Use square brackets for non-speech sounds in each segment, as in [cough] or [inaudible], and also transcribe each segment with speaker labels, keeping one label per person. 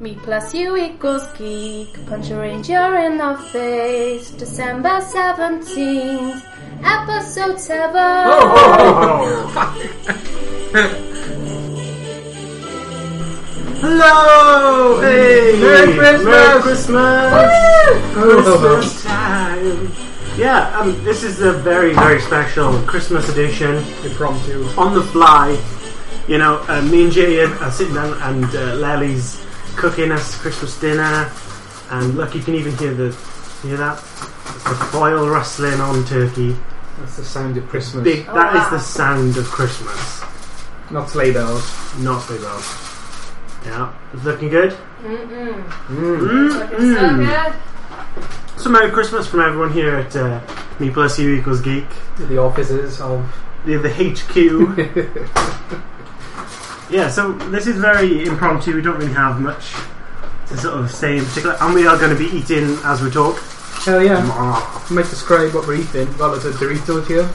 Speaker 1: Me plus you equals geek. Punch a ranger in the face. December 17th, episode 7.
Speaker 2: Oh. Hello! Hey!
Speaker 3: Merry Christmas!
Speaker 2: Merry Christmas!
Speaker 3: Christmas time. Yeah, um, this is a very, very special Christmas edition
Speaker 2: Impromptu.
Speaker 3: on the fly. You know, uh, me and Jay are, are sitting down and uh, Lely's cooking us Christmas dinner. And look, you can even hear the hear that the foil rustling on turkey.
Speaker 2: That's the sound of Christmas.
Speaker 3: Big,
Speaker 1: Oh,
Speaker 3: that is
Speaker 1: wow.
Speaker 3: the sound of Christmas,
Speaker 2: Not sleigh bells.
Speaker 3: not big old. Yeah, it's looking good.
Speaker 1: Mm-mm.
Speaker 2: Mm.
Speaker 3: Mm,
Speaker 1: Looking so
Speaker 3: mm.
Speaker 1: good.
Speaker 3: So Merry Christmas from everyone here at uh, Me Plus You Equals Geek,
Speaker 2: The offices of.
Speaker 3: the, the [laughs] HQ. yeah, so this is very impromptu. We don't really have much to sort of say in particular, and we are going to be eating as we talk. [laughs]
Speaker 2: Hell yeah.
Speaker 3: And
Speaker 2: I might describe what we're eating. Well, it's a Dorito here.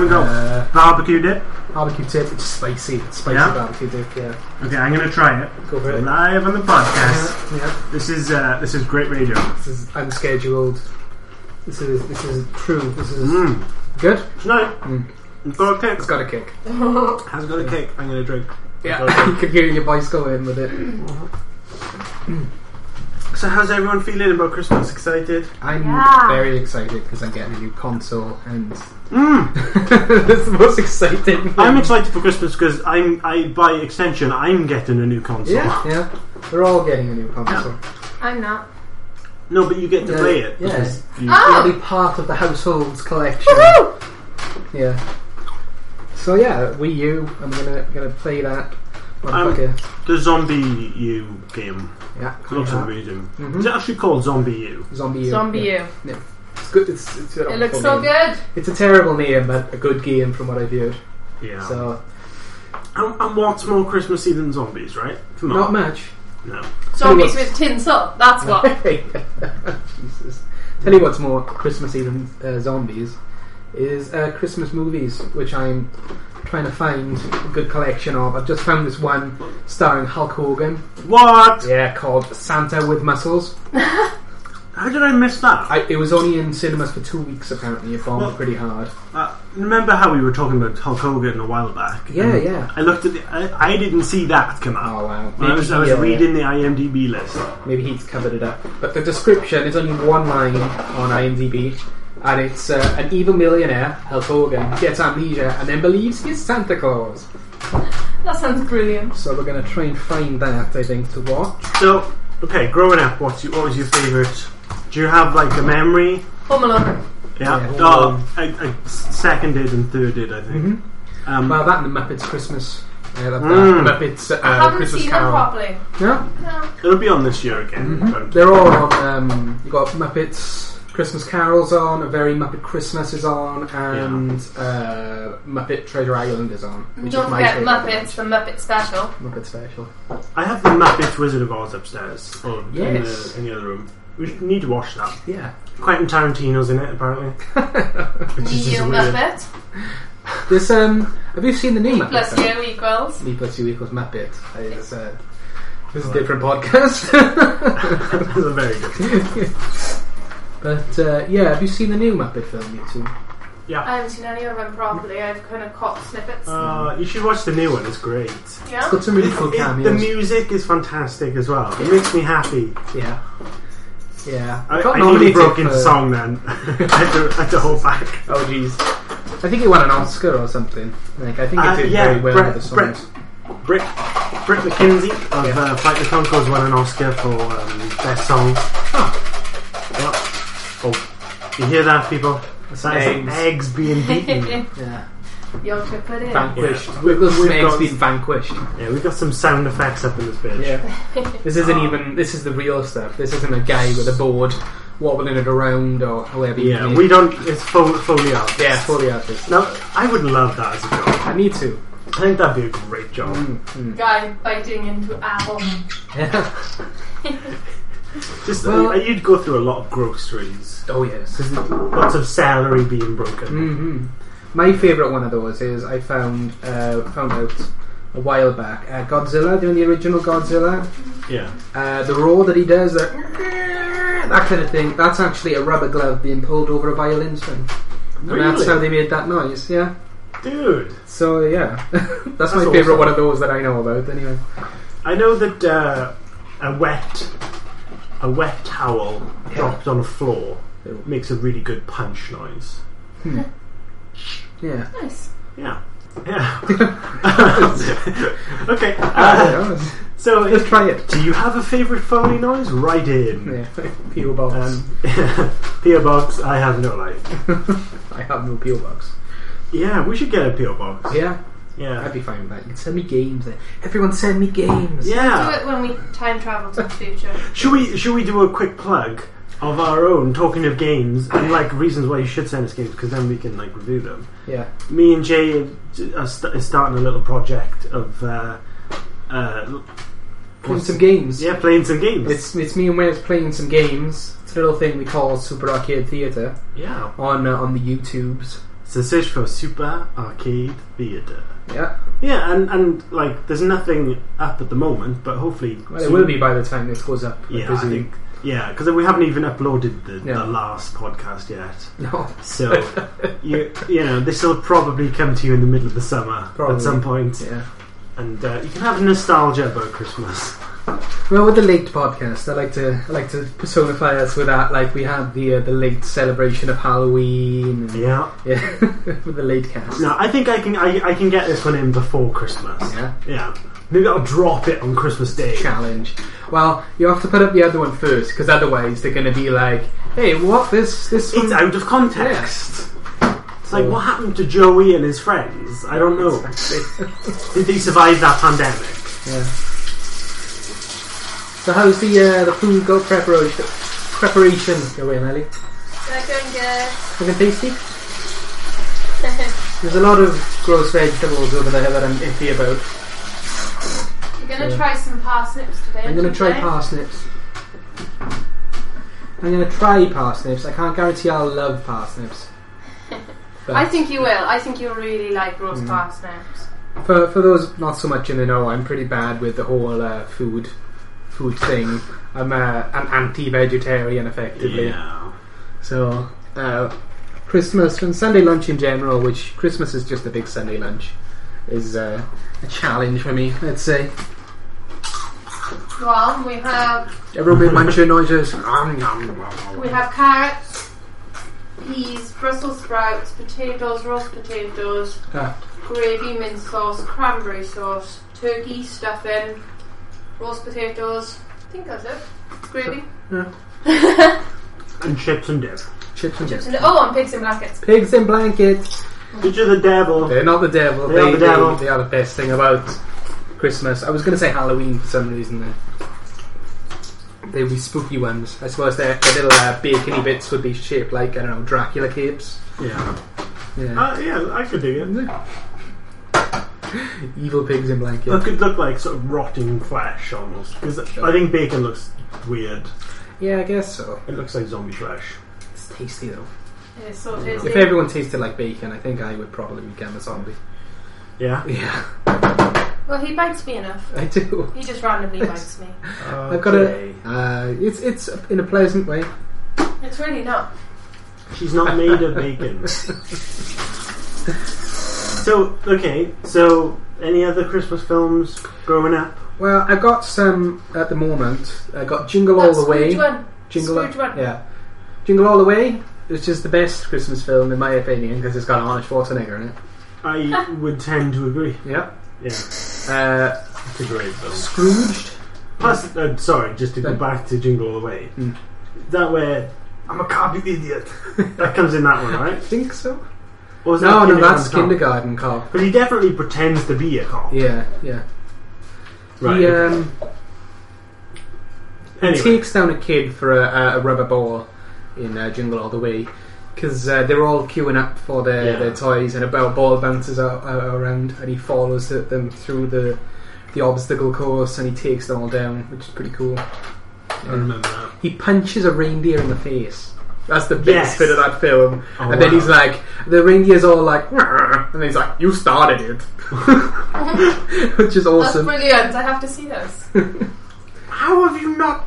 Speaker 3: we got
Speaker 2: Uh,
Speaker 3: barbecue dip.
Speaker 2: barbecue dip. It's spicy. It's spicy
Speaker 3: Yeah?
Speaker 2: barbecue dip, yeah.
Speaker 3: Okay, I'm going to try it
Speaker 2: Go for it.
Speaker 3: live on the [laughs] podcast.
Speaker 2: Yeah, yeah.
Speaker 3: This is uh, this is great radio.
Speaker 2: This is unscheduled. This is this is true. This is
Speaker 3: Mm.
Speaker 2: good.
Speaker 3: It's nice.
Speaker 2: Mm.
Speaker 3: It's got a
Speaker 2: It's
Speaker 3: kick.
Speaker 2: got a kick.
Speaker 3: Has got a kick. I'm going to drink.
Speaker 2: Yeah,
Speaker 3: Got
Speaker 2: [laughs]
Speaker 3: a
Speaker 2: you can hear your voice go in with it.
Speaker 3: kick. So how's everyone feeling about Christmas? Excited?
Speaker 2: I'm
Speaker 1: Yeah.
Speaker 2: very excited because I'm getting a new console and [laughs]
Speaker 3: Mm.
Speaker 2: That's the most exciting. thing.
Speaker 3: I'm excited for Christmas because I'm, I, by extension, I'm getting a new console.
Speaker 2: Yeah, yeah. We're all getting a new console.
Speaker 1: [laughs] I'm not.
Speaker 3: [laughs] No, but you get to
Speaker 2: Yeah.
Speaker 3: play it.
Speaker 2: Yeah.
Speaker 3: because you-
Speaker 2: It'll
Speaker 1: Oh!
Speaker 2: be part of the household's collection. Yeah. So yeah, Wii U. I'm gonna gonna play that.
Speaker 3: Um,
Speaker 2: Motherfucker.
Speaker 3: the Zombie U game
Speaker 2: yeah.
Speaker 3: looks
Speaker 2: yeah.
Speaker 3: amazing.
Speaker 2: Mhm.
Speaker 3: Is it actually called Zombie U?
Speaker 2: Zombie U.
Speaker 1: Zombie
Speaker 2: yeah.
Speaker 1: you.
Speaker 2: It's good. It's, it's an
Speaker 1: It
Speaker 2: awful
Speaker 1: looks so
Speaker 2: name.
Speaker 1: good.
Speaker 2: It's a terrible name, but a good game from what I've heard.
Speaker 3: Yeah.
Speaker 2: So
Speaker 3: And, and what's more Christmassy than zombies, right? Come
Speaker 2: not
Speaker 3: on.
Speaker 2: much.
Speaker 3: no.
Speaker 1: Zombies with tinsel. That's
Speaker 2: [laughs]
Speaker 1: what.
Speaker 2: Jesus. Tell you what's more Christmassy than uh, zombies is uh, Christmas movies, which I'm trying to find a good collection of. I've just found this one starring Hulk Hogan.
Speaker 3: What?
Speaker 2: Yeah, called Santa with Muscles.
Speaker 3: How did I miss that?
Speaker 2: I, it was only in cinemas for two weeks apparently. It bombed
Speaker 3: Well-
Speaker 2: pretty hard.
Speaker 3: Uh, remember how we were talking about Hulk Hogan a while back?
Speaker 2: Yeah,
Speaker 3: And
Speaker 2: yeah.
Speaker 3: I looked at the. I, I didn't see that come out.
Speaker 2: Oh wow.
Speaker 3: I was, I was
Speaker 2: he, uh,
Speaker 3: reading the IMDb list.
Speaker 2: Maybe he's covered it up. But the description is only one line on IMDb, and it's uh, an evil millionaire, Hulk Hogan, gets amnesia and then believes he's Santa Claus.
Speaker 1: That sounds brilliant.
Speaker 2: So we're going to try and find that, I think, to watch.
Speaker 3: So, okay, growing up, what's your, what was your favourite? Do you have like a memory?
Speaker 1: Home Alone.
Speaker 3: Yeah.
Speaker 2: Yeah, Um,
Speaker 3: oh, I, I seconded and thirded, I think. Um,
Speaker 2: Mm-hmm. Well, that and the Muppets Christmas. I love that.
Speaker 3: Mm.
Speaker 2: Muppets
Speaker 1: I
Speaker 2: uh,
Speaker 1: haven't
Speaker 2: Christmas
Speaker 1: seen them
Speaker 2: Carol.
Speaker 1: properly.
Speaker 2: Yeah, Mm-hmm.
Speaker 1: No.
Speaker 3: it'll be on this year again. but-
Speaker 2: they're all on. Um, you got Muppets Christmas Carol's on, A Very Muppet Christmas is on, and uh, Muppet Treasure Island is on. Which
Speaker 1: Don't
Speaker 2: is my
Speaker 1: forget
Speaker 2: favourite
Speaker 1: Muppets, the Muppet special.
Speaker 2: one. Muppet Special.
Speaker 3: I have the Muppets Wizard of Oz upstairs, or
Speaker 2: Oh, Yes.
Speaker 3: in, the, in the other room. We need to watch that.
Speaker 2: Yeah.
Speaker 3: Quentin Tarantino's in it,
Speaker 2: [laughs]
Speaker 3: apparently. Which is
Speaker 1: You
Speaker 3: just weird.
Speaker 1: Muppet.
Speaker 2: This um, have you seen the new Muppet?
Speaker 1: Plus you equals.
Speaker 2: Me plus you equals Muppet. Uh, It's, uh, this is a different podcast.
Speaker 3: [laughs]
Speaker 2: [laughs]
Speaker 3: That's a very good. one.
Speaker 2: but uh, yeah, have you seen the new Muppet film, you two?
Speaker 3: Yeah.
Speaker 1: I haven't seen any of them properly. I've kind of caught snippets.
Speaker 3: Uh, you should watch the new one. It's great.
Speaker 1: yeah.
Speaker 2: It's got some really cool
Speaker 3: It- the
Speaker 2: cameos.
Speaker 3: music is fantastic as well. It makes me happy.
Speaker 2: Yeah. Yeah.
Speaker 3: I,
Speaker 2: Got
Speaker 3: I nearly
Speaker 2: nominated
Speaker 3: broke into
Speaker 2: for-
Speaker 3: song then. [laughs] I had to- I had to hold back.
Speaker 2: Oh, jeez. I think it won an Oscar or something. Like, I think it
Speaker 3: Uh,
Speaker 2: did
Speaker 3: yeah,
Speaker 2: very well
Speaker 3: Brett-
Speaker 2: with the songs.
Speaker 3: Brick, Brick McKenzie of
Speaker 2: Yeah.
Speaker 3: uh, Fight the Conchords won an Oscar for um, best song. Yep. Oh, you hear that, people? That's
Speaker 2: Eggs.
Speaker 3: eggs being beaten.
Speaker 2: Yeah.
Speaker 1: You'll clip it in.
Speaker 2: Vanquished.
Speaker 3: Yeah.
Speaker 2: Wiggle
Speaker 3: We've
Speaker 2: Snake's
Speaker 3: got-
Speaker 2: been vanquished.
Speaker 3: yeah, we got some sound effects up in this bitch.
Speaker 2: this isn't even. This is the real stuff. This isn't a guy with a board wobbling it around or however you
Speaker 3: Yeah,
Speaker 2: mean.
Speaker 3: we don't. It's fo- Foley art.
Speaker 2: Yeah, fully artist.
Speaker 3: Now, I would love that as a job.
Speaker 2: I need to.
Speaker 3: I think that'd be a great job.
Speaker 1: Guy biting into apple.
Speaker 2: Yeah.
Speaker 3: Just
Speaker 2: Well-
Speaker 3: uh, you'd go through a lot of groceries.
Speaker 2: [laughs] Oh, yes.
Speaker 3: There's lots of celery being broken.
Speaker 2: hmm My favourite one of those is I found uh, found out a while back uh, Godzilla doing the original Godzilla.
Speaker 3: Yeah.
Speaker 2: Uh, the roar that he does, that, that kind of thing, that's actually a rubber glove being pulled over a violin string. And that's how they made that noise, yeah.
Speaker 3: Dude.
Speaker 2: So, yeah. [laughs] that's,
Speaker 3: That's
Speaker 2: my favourite
Speaker 3: awesome.
Speaker 2: one of those that I know about, anyway.
Speaker 3: I know that uh, a wet a wet towel
Speaker 2: Yeah.
Speaker 3: dropped on a floor
Speaker 2: Yeah.
Speaker 3: makes a really good punch noise.
Speaker 2: Yeah.
Speaker 3: [laughs]
Speaker 1: Nice.
Speaker 3: Yeah.
Speaker 2: [laughs]
Speaker 3: Yeah. okay. Uh,
Speaker 2: Ah, yeah.
Speaker 3: so,
Speaker 2: Let's
Speaker 3: if,
Speaker 2: try it.
Speaker 3: do you have a favourite phony noise? Write in.
Speaker 2: Yeah. [laughs] P.O. box.
Speaker 3: Um, [laughs] PO box. I have no life.
Speaker 2: I have no P.O. box.
Speaker 3: Yeah, we should get a PO box.
Speaker 2: Yeah, I'd
Speaker 3: Yeah.
Speaker 2: be fine with that. You can send me games. eh? Everyone send me games.
Speaker 1: Do
Speaker 3: Yeah.
Speaker 1: it when we time travel to the future.
Speaker 3: Should we should we do a quick plug of our own talking of games and like reasons why you should send us games because then we can like review them.
Speaker 2: Yeah.
Speaker 3: me and Jay are st- is starting a little project of uh, uh,
Speaker 2: Playing some games.
Speaker 3: yeah, playing some games.
Speaker 2: It's it's me and Wes playing some games. It's a little thing we call Super Arcade Theater
Speaker 3: yeah,
Speaker 2: on uh, on the YouTubes.
Speaker 3: so search for Super Arcade Theatre.
Speaker 2: Yeah.
Speaker 3: Yeah, and, and like there's nothing up at the moment, but hopefully
Speaker 2: Well, it
Speaker 3: soon-
Speaker 2: will be by the time this goes up. I
Speaker 3: Yeah, I
Speaker 2: presume.
Speaker 3: think yeah, because we haven't even uploaded the,
Speaker 2: Yeah.
Speaker 3: the last podcast yet.
Speaker 2: [laughs] No. [laughs]
Speaker 3: So you you know this will probably come to you in the middle of the summer
Speaker 2: Probably.
Speaker 3: at some point,
Speaker 2: Yeah.
Speaker 3: and uh, you can have nostalgia about Christmas.
Speaker 2: Well, with the late podcast, I like to I like to personify us with that. Like we had the uh, the late celebration of Halloween. And,
Speaker 3: Yeah.
Speaker 2: yeah. [laughs] with the late cast.
Speaker 3: No, I think I can I, I can get this one in before Christmas.
Speaker 2: Yeah.
Speaker 3: Yeah. Maybe I'll drop it on Christmas Day.
Speaker 2: challenge. Well, you have to put up the other one first, because otherwise they're going to be like, "Hey, what this this?" one-
Speaker 3: It's out of context. It's like what happened to Joey and his friends? I don't know. Did they survive that pandemic?
Speaker 2: yeah. So how's the uh, the food go preparation? Preparation going, Ellie?
Speaker 1: They're going good.
Speaker 2: Looking
Speaker 1: [laughs]
Speaker 2: tasty. There's a lot of gross vegetables over there that I'm iffy about.
Speaker 1: We're gonna
Speaker 2: Yeah.
Speaker 1: try some parsnips today.
Speaker 2: I'm going to try
Speaker 1: aren't we?
Speaker 2: parsnips. I'm going to try parsnips. I can't guarantee I'll
Speaker 1: [laughs]
Speaker 2: love parsnips. But-
Speaker 1: I think you will. I think you'll really like
Speaker 2: Mm.
Speaker 1: roast parsnips.
Speaker 2: For for those not so much in the know, I'm pretty bad with the whole uh, food food thing. I'm uh, an anti-vegetarian effectively.
Speaker 3: Yeah.
Speaker 2: So uh, Christmas and Sunday lunch in general, which Christmas is just a big Sunday lunch, is uh, a challenge for me. Let's say
Speaker 1: Well, we have
Speaker 2: everyone make bunch of noises.
Speaker 1: we have carrots, peas, Brussels sprouts, potatoes, roast potatoes,
Speaker 2: Ah.
Speaker 1: gravy, mint sauce, cranberry sauce, turkey stuffing, roast potatoes. I think that's it. Gravy.
Speaker 3: And chips and dip.
Speaker 2: Chips and chips.
Speaker 1: And, oh, and pigs in blankets.
Speaker 2: Pigs in blankets.
Speaker 3: Each of the devil.
Speaker 2: They're not the devil.
Speaker 3: They are the devil.
Speaker 2: They, are the best thing about Christmas. I was going to say Halloween for some reason. There. They'd be spooky ones. I suppose their, their little uh, bacony bits would be shaped like I don't know Dracula capes.
Speaker 3: Yeah.
Speaker 2: Yeah.
Speaker 3: Uh, yeah, I could do it.
Speaker 2: [laughs] Evil pigs in
Speaker 3: That
Speaker 2: blankets.
Speaker 3: could look like sort of rotting flesh almost. Because I think bacon looks weird.
Speaker 2: Yeah, I guess so.
Speaker 3: It looks like zombie flesh.
Speaker 2: It's tasty though.
Speaker 1: It is so tasty.
Speaker 2: If everyone tasted like bacon, I think I would probably become a zombie. [laughs]
Speaker 3: Yeah.
Speaker 2: Yeah,
Speaker 1: Well, he bites me enough.
Speaker 2: I do.
Speaker 1: He just randomly bites me.
Speaker 2: I've got a.
Speaker 3: Okay.
Speaker 2: Uh, it's it's in a pleasant way.
Speaker 1: It's really not.
Speaker 3: She's not made
Speaker 2: [laughs]
Speaker 3: of bacon. so okay, so any other Christmas films growing up?
Speaker 2: Well, I've got some at the moment. I got Jingle
Speaker 1: That
Speaker 2: All the Way.
Speaker 1: Scrooge one.
Speaker 2: Jingle
Speaker 1: Scrooge one.
Speaker 2: Yeah. Jingle All the Way, which is the best Christmas film in my opinion because it's got Arnold Schwarzenegger in it.
Speaker 3: I would tend to agree.
Speaker 2: Yeah.
Speaker 3: Yeah,
Speaker 2: Uh,
Speaker 3: it's a great film.
Speaker 2: Scrooged.
Speaker 3: Plus, uh, sorry, just to go back to Jingle All the Way.
Speaker 2: Mm.
Speaker 3: That way, I'm a copy idiot. [laughs] That comes in that one, right?
Speaker 2: I think so.
Speaker 3: Or is
Speaker 2: No,
Speaker 3: that
Speaker 2: no, that's
Speaker 3: Cop?
Speaker 2: Kindergarten Cop.
Speaker 3: But he definitely pretends to be a cop.
Speaker 2: Yeah, yeah.
Speaker 3: Right.
Speaker 2: He um,
Speaker 3: Anyway.
Speaker 2: takes down a kid for a, a rubber ball in uh, Jingle All the Way because uh, they're all queuing up for their,
Speaker 3: Yeah.
Speaker 2: their toys, and a bell- ball bounces out, uh, around, and he follows th- them through the the obstacle course, and he takes them all down, which is pretty cool.
Speaker 3: I remember that.
Speaker 2: He punches a reindeer in the face. That's the best
Speaker 3: Yes.
Speaker 2: bit of that film.
Speaker 3: Oh,
Speaker 2: and then
Speaker 3: wow.
Speaker 2: he's like, the reindeer's all like, "Grr," and he's like, you started it, [laughs] which is
Speaker 1: That's
Speaker 2: awesome. [laughs]
Speaker 1: brilliant. I have to see this.
Speaker 3: How not.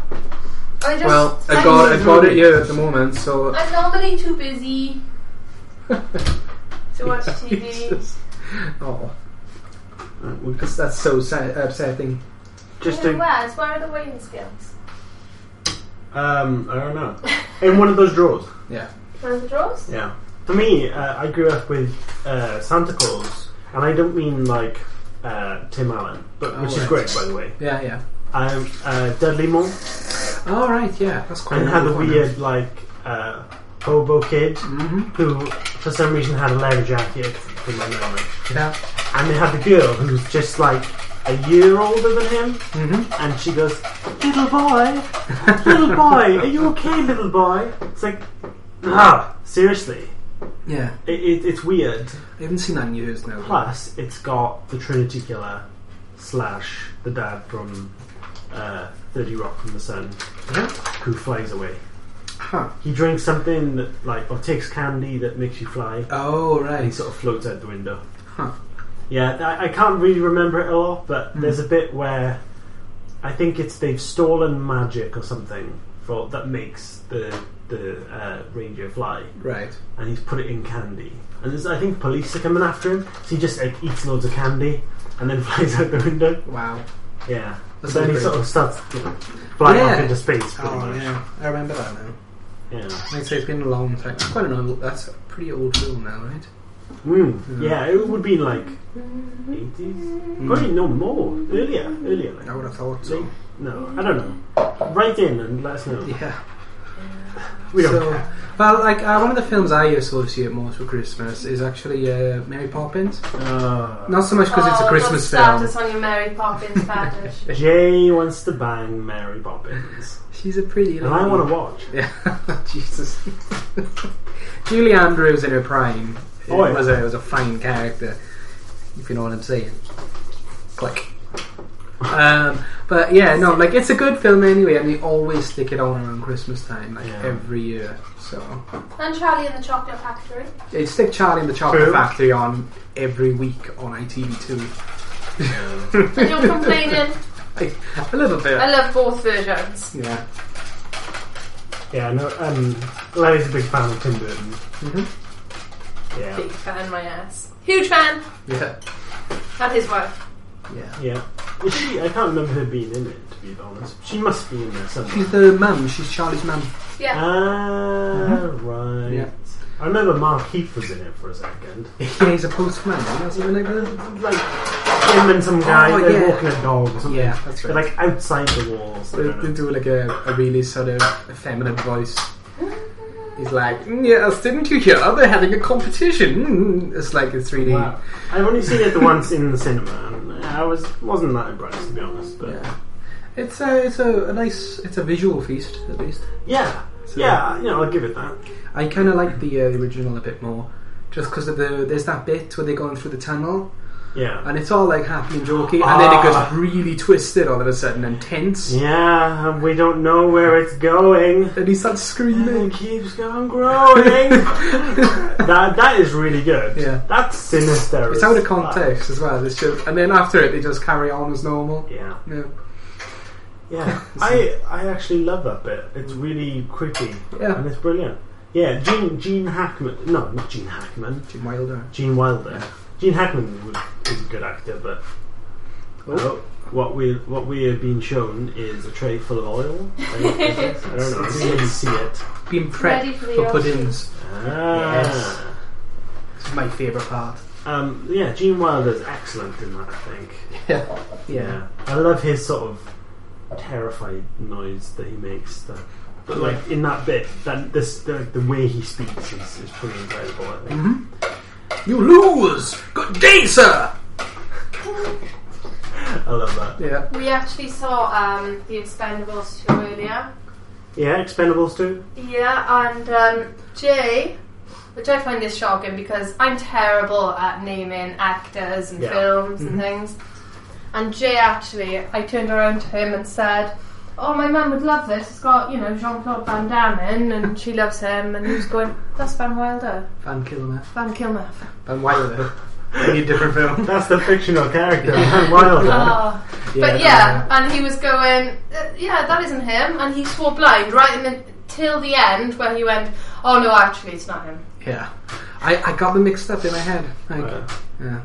Speaker 1: I just,
Speaker 2: Well, I
Speaker 1: I
Speaker 2: got
Speaker 1: need-
Speaker 2: I got it here at the moment, so
Speaker 1: I'm normally too busy
Speaker 2: [laughs]
Speaker 1: to watch TV.
Speaker 2: Jesus. Oh,
Speaker 3: Uh, we
Speaker 2: that's, that's so sad, uh, upsetting.
Speaker 3: just
Speaker 1: Even
Speaker 3: to,
Speaker 1: worse, where are the weighing
Speaker 2: [laughs]
Speaker 1: scales?
Speaker 3: um, I don't know. In one of those drawers.
Speaker 2: Yeah,
Speaker 1: Where's the drawers?
Speaker 3: Yeah. For me, uh, I grew up with uh, Santa Claus, and I don't mean like uh, Tim Allen, but
Speaker 2: Oh,
Speaker 3: which is
Speaker 2: right.
Speaker 3: great, by the way.
Speaker 2: yeah, yeah.
Speaker 3: Um, uh, Dudley Moore,
Speaker 2: All right, yeah, that's quite.
Speaker 3: and had a weird like uh, hobo kid
Speaker 2: Mm-hmm.
Speaker 3: who, for some reason, had a leather jacket in my memory,
Speaker 2: Yeah.
Speaker 3: and they had the girl who was just like a year older than him,
Speaker 2: Mm-hmm.
Speaker 3: and she goes, "Little boy, little boy, are you okay, little boy?" It's like, ah, seriously,
Speaker 2: Yeah,
Speaker 3: it, it, it's weird.
Speaker 2: I haven't seen that in years now.
Speaker 3: Plus, it's got the Trinity Killer slash the dad from uh, 30 Rock from the Sun
Speaker 2: Yeah.
Speaker 3: who flies away.
Speaker 2: Huh.
Speaker 3: He drinks something that, like, or takes candy that makes you fly,
Speaker 2: Oh
Speaker 3: and he
Speaker 2: right.
Speaker 3: sort of floats out the window.
Speaker 2: Huh.
Speaker 3: Yeah, I, I can't really remember it a lot, but
Speaker 2: Hmm.
Speaker 3: there's a bit where I think it's they've stolen magic or something for that makes the the uh, ranger fly,
Speaker 2: Right.
Speaker 3: and he's put it in candy. And there's, I think police are coming after him, so he just like, eats loads of candy and then [laughs] flies out the window.
Speaker 2: Wow.
Speaker 3: Yeah,
Speaker 2: That's
Speaker 3: but then he
Speaker 2: great.
Speaker 3: sort of starts you know, flying off
Speaker 2: Yeah.
Speaker 3: into space. Pretty
Speaker 2: Oh
Speaker 3: much.
Speaker 2: yeah, I remember that now.
Speaker 3: Yeah.
Speaker 2: Like I say, it's been a long time. It's quite an old. That's a pretty old film now, right?
Speaker 3: Mm.
Speaker 2: Yeah. Hmm.
Speaker 3: yeah, it would be like 80s,
Speaker 2: Mm.
Speaker 3: probably no more. Earlier, earlier. Like.
Speaker 2: I would have thought so.
Speaker 3: No, I don't know. Write in and let us know.
Speaker 2: [laughs] Yeah.
Speaker 3: We don't
Speaker 2: so,
Speaker 3: care.
Speaker 2: well, like uh, one of the films I associate most with Christmas is actually uh, Mary Poppins.
Speaker 3: Uh,
Speaker 2: Not so much because it's a
Speaker 1: Oh,
Speaker 2: Christmas
Speaker 1: don't start
Speaker 2: film.
Speaker 1: us on your Mary Poppins fetish.
Speaker 2: [laughs]
Speaker 3: Jay wants to bang Mary Poppins,
Speaker 2: She's a pretty.
Speaker 3: and I want to watch.
Speaker 2: [laughs] Yeah, Jesus. Julie Andrews in her prime
Speaker 3: Oh, yeah.
Speaker 2: was a was a fine character, if you know what I'm saying. Click. Um, but yeah, no, like it's a good film anyway, and they always stick it on around Christmas time, like
Speaker 3: Yeah.
Speaker 2: every year. So
Speaker 1: And Charlie and the Chocolate Factory.
Speaker 2: they stick Charlie and the Chocolate
Speaker 3: True.
Speaker 2: Factory on every week on ITV two.
Speaker 3: Uh,
Speaker 1: And you're complaining.
Speaker 2: [laughs] Like, a little bit.
Speaker 1: I love both
Speaker 2: [laughs]
Speaker 1: versions.
Speaker 2: Yeah.
Speaker 3: yeah, no. Um, Larry's a big fan of Tim Burton.
Speaker 2: hmm
Speaker 3: Yeah,
Speaker 1: Big fan, my ass. Huge fan.
Speaker 2: Yeah.
Speaker 1: And his wife.
Speaker 2: Yeah.
Speaker 3: yeah. Is she? I can't remember her being in it. To be honest, she must be in there
Speaker 2: [laughs]
Speaker 3: somewhere.
Speaker 2: She's the mum. She's Charlie's mum.
Speaker 1: Yeah.
Speaker 3: Ah, right.
Speaker 2: Yeah.
Speaker 3: I remember Mark Heap was in it for a second.
Speaker 2: yeah, he's a postman. That's even like that.
Speaker 3: Like him and some guy,
Speaker 2: Oh,
Speaker 3: they're
Speaker 2: yeah.
Speaker 3: walking a dog or something.
Speaker 2: Yeah, that's
Speaker 3: They're
Speaker 2: right.
Speaker 3: like outside the walls. I
Speaker 2: They,
Speaker 3: don't know.
Speaker 2: they do like a, a really sort of effeminate voice. He's like, "Mm, yes, didn't you hear? They're having a competition. Mm, It's like a 3D.
Speaker 3: Wow. I've only seen it the once in the cinema, and I was wasn't that impressed to be honest. But yeah,
Speaker 2: Yeah. It's a it's a, a nice it's a visual feast at least.
Speaker 3: yeah,
Speaker 2: So-
Speaker 3: you know, I'll give it that.
Speaker 2: I kind of like the uh, original a bit more, just because of the there's that bit where they're going through the tunnel
Speaker 3: Yeah,
Speaker 2: and it's all like happy and jokey, and then it
Speaker 3: Ah.
Speaker 2: goes really twisted all of a sudden and tense,
Speaker 3: yeah. and We don't know where it's going.
Speaker 2: and he starts
Speaker 3: It
Speaker 2: screaming.
Speaker 3: keeps on
Speaker 2: [laughs]
Speaker 3: growing. that that is really good.
Speaker 2: Yeah.
Speaker 3: that's sinister.
Speaker 2: It's
Speaker 3: as
Speaker 2: out of
Speaker 3: fuck.
Speaker 2: context as well. It's just, and then after it, they just carry on as normal.
Speaker 3: Yeah,
Speaker 2: Yeah.
Speaker 3: yeah. I I actually love that bit. It's really creepy.
Speaker 2: Yeah.
Speaker 3: and it's brilliant. Yeah, Gene Gene Hackman. No, not Gene Hackman.
Speaker 2: Jim Wilder.
Speaker 3: Gene Wilder. Gene Hackman was, is a good actor, but
Speaker 2: Oh.
Speaker 3: Oh, what we what we are being shown is a tray full of oil. I don't know. I didn't really see it.
Speaker 2: Being prepped
Speaker 1: Ready for
Speaker 2: for,
Speaker 1: the ocean.
Speaker 2: puddings.
Speaker 3: Ah.
Speaker 2: [laughs] Yes. It's my favourite part.
Speaker 3: Um, yeah, Gene Wilder's excellent in that. I think.
Speaker 2: Yeah. Yeah.
Speaker 3: I love his sort of terrified noise that he makes. That, but like in that bit, that this the, the way he speaks is, is pretty incredible. I think.
Speaker 2: You lose! Good day, sir!
Speaker 3: I love that.
Speaker 2: Yeah.
Speaker 1: We actually saw um, The Expendables 2 earlier.
Speaker 3: Yeah, Expendables too.
Speaker 1: Yeah, and um, Jay, which I find is shocking because I'm terrible at naming actors and
Speaker 3: Yeah.
Speaker 1: films and things. And Jay actually, I turned around to him and said, "Oh, my mum would love this. It's got you know Jean Claude Van Damme in, and she loves him." And he was going, "That's Van Wilder,
Speaker 2: Van Kilmer.
Speaker 1: Van Kilmer."
Speaker 2: [laughs] Van Wilder. I need a
Speaker 3: [laughs]
Speaker 2: different film.
Speaker 3: That's the fictional character. [laughs] Wilder.
Speaker 1: Oh. but yeah, and he was going, uh, yeah, that isn't him, and he swore blind right in the, till the end where he went, oh no, actually it's not him.
Speaker 2: Yeah, I, I got them mixed up in my head. Like,
Speaker 3: Right.
Speaker 2: yeah.